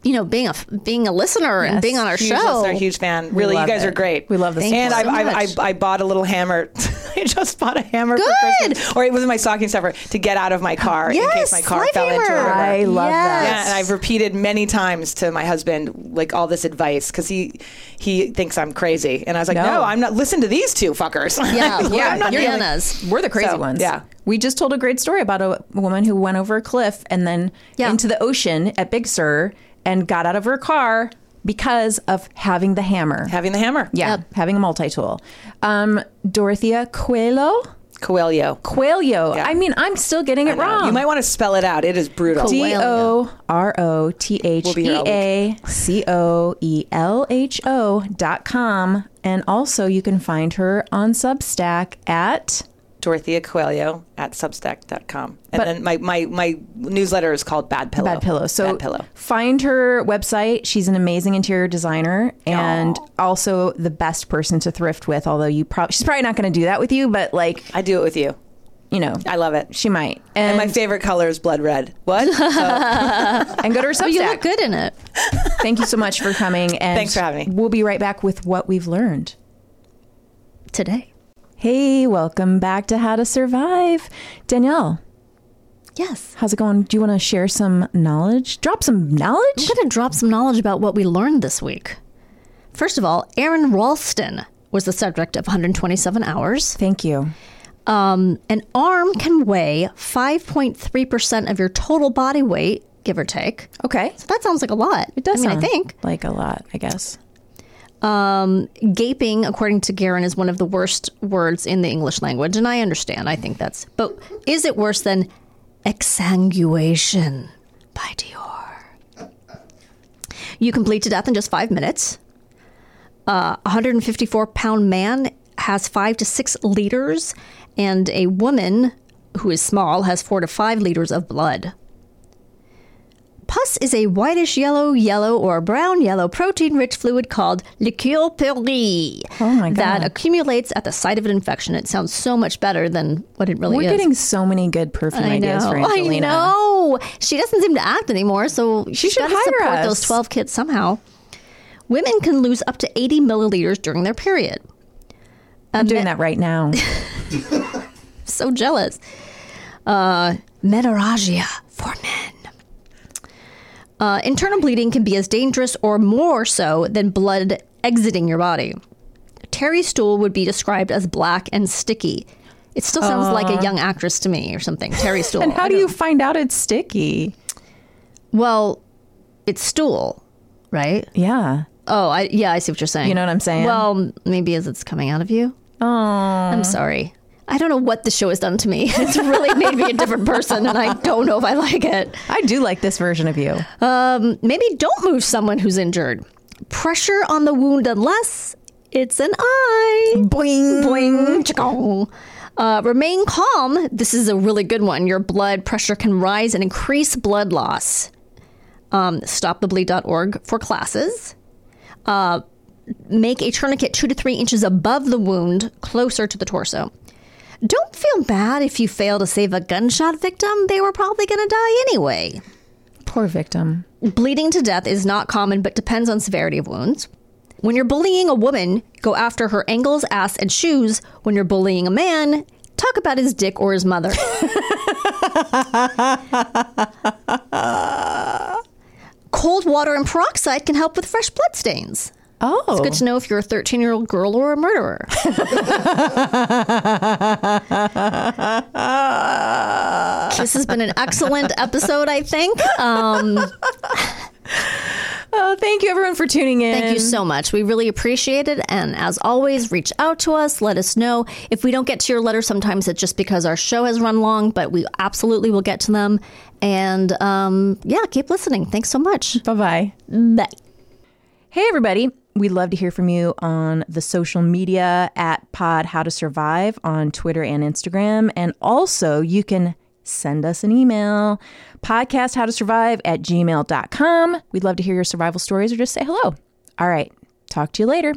B: you know being a being a listener and
A: Yes.
B: being on our
F: Huge
B: show.
F: listener, huge fan. Really, you
A: love
F: guys
A: it.
F: are great.
A: We love this
B: Thank
F: And
B: you
F: I,
B: so
F: I, I,
B: much.
F: I bought a little hammer. I just bought a hammer
B: Good.
F: for Christmas, or it was my stocking stuffer to get out of my car in
B: Yes,
F: case my car
B: life
F: fell into a
B: hammer.
F: river.
A: I love that.
F: Yeah, and I've repeated many times to my husband like all this advice because he he thinks I'm crazy, and I was like, no,
A: No.
F: I'm not. Listen to these two fuckers.
B: yeah,
F: Like,
B: we're
A: Yeah,
F: not
A: you're
F: doing-
B: bananas.
A: We're the crazy
F: So,
A: ones.
F: yeah.
A: We just told a great story about a woman who went over a cliff and then
B: Yeah.
A: into the ocean at Big Sur and got out of her car because of having the hammer.
F: having the hammer.
A: yeah,
B: Yep.
A: having a multi tool. Um, Dorothea Coelho?
F: Coelho.
A: Coelho.
F: Yeah.
A: I mean, I'm still getting it wrong.
F: You might want to spell it out. It is brutal.
A: D O R O T H
F: be
A: E
F: here all
A: A C O E L H O dot com. And also, you can find her on Substack at.
F: Dorothea Coelho at Substack.com. And then my, my, my newsletter is called Bad Pillow.
A: Bad Pillow. So
F: Bad Pillow.
A: find her website. She's an amazing interior designer and also the best person to thrift with. Although you probably she's probably not going to do that with you, but like
F: I do it with you.
A: you know,
F: I love it.
A: She might.
F: And
A: And,
F: my favorite color is blood red. What? So,
A: and go to her
B: But
F: Oh,
A: Substack.
B: you look good in it.
A: Thank you so much for coming. And
F: Thanks for having me.
A: We'll be right back with what we've learned.
B: today.
A: Hey, welcome back to How to Survive, Danielle.
B: Yes.
A: How's it going? Do you want to share some knowledge? Drop some
B: I'm
A: knowledge.
B: going to drop some knowledge about what we learned this week. First of all, Aaron Ralston was the subject of 127 hours.
A: Thank you.
B: Um, an arm can weigh 5.3% of your total body weight, give or take.
A: Okay,
B: So that sounds like a lot.
A: it does.
B: I mean,
A: sound
B: I think
A: like a lot. I guess.
B: um, gaping, according to Garen, is one of the worst words in the English language, and I understand. I think that's. But is it worse than exsanguination by Dior? You can bleed to death in just five minutes. Uh, 154 pound man has five to six liters, and a woman who is small has four to five liters of blood. Pus is a whitish yellow, yellow, or brown yellow protein rich fluid called liqueur peri
A: Oh my
B: that
A: God.
B: accumulates at the site of an infection. It sounds so much better than what it really
A: We're
B: is.
A: getting so many good perfume
B: I
A: ideas
B: know.
A: for
B: I
A: Angelina.
B: know. She doesn't seem to act anymore, so she
A: should
B: got to
A: hire
B: support
A: us.
B: those 12 kids somehow. Women can lose up to 80 milliliters during their period.
A: I'm doing that right now.
B: so jealous. Uh, menorrhagia for men. Uh, internal bleeding can be as dangerous or more so than blood exiting your body. Terry's stool would be described as black and sticky. It still sounds like a young actress to me or something. Terry stool.
A: and how do you find out it's sticky?
B: Well, it's stool, right?
A: Yeah.
B: Oh, I yeah, I see what you're saying.
A: You know what I'm saying?
B: Well, m- maybe as it's coming out of you. Oh, I'm sorry. I don't know what the show has done to me. It's really made me a different person, and I don't know if I like it.
A: I do like this version of you.
B: Maybe don't move someone who's injured. Pressure on the wound unless it's an eye. Boing boing. Chicong. Uh, remain calm. This is a really good one. Your blood pressure can rise and increase blood loss. Um, stopthebleed.org for classes. Uh, make a tourniquet two to three inches above the wound, closer to the torso. Don't feel bad if you fail to save a gunshot victim. They were probably going to die anyway.
A: Poor victim.
B: Bleeding to death is not common, but depends on severity of wounds. When you're bullying a woman, go after her ankles, ass, and shoes. When you're bullying a man, talk about his dick or his mother. Cold water and peroxide can help with fresh blood stains.
A: Oh,
B: It's good to know if you're a 13 year old girl or a murderer. this has been an excellent episode, I think. Um,
A: oh, thank you everyone for tuning in.
B: Thank you so much. We really appreciate it. And as always, reach out to us. Let us know. If we don't get to your letter, sometimes it's just because our show has run long, but we absolutely will get to them. And um, yeah, keep listening. Thanks so much.
A: Bye bye.
B: Bye.
A: Hey, everybody. We'd love to hear from you on the social media at Pod How to Survive on Twitter and Instagram. And also, you can send us an email podcast how to survive at gmail.com. We'd love to hear your survival stories or just say hello. All right. Talk to you later.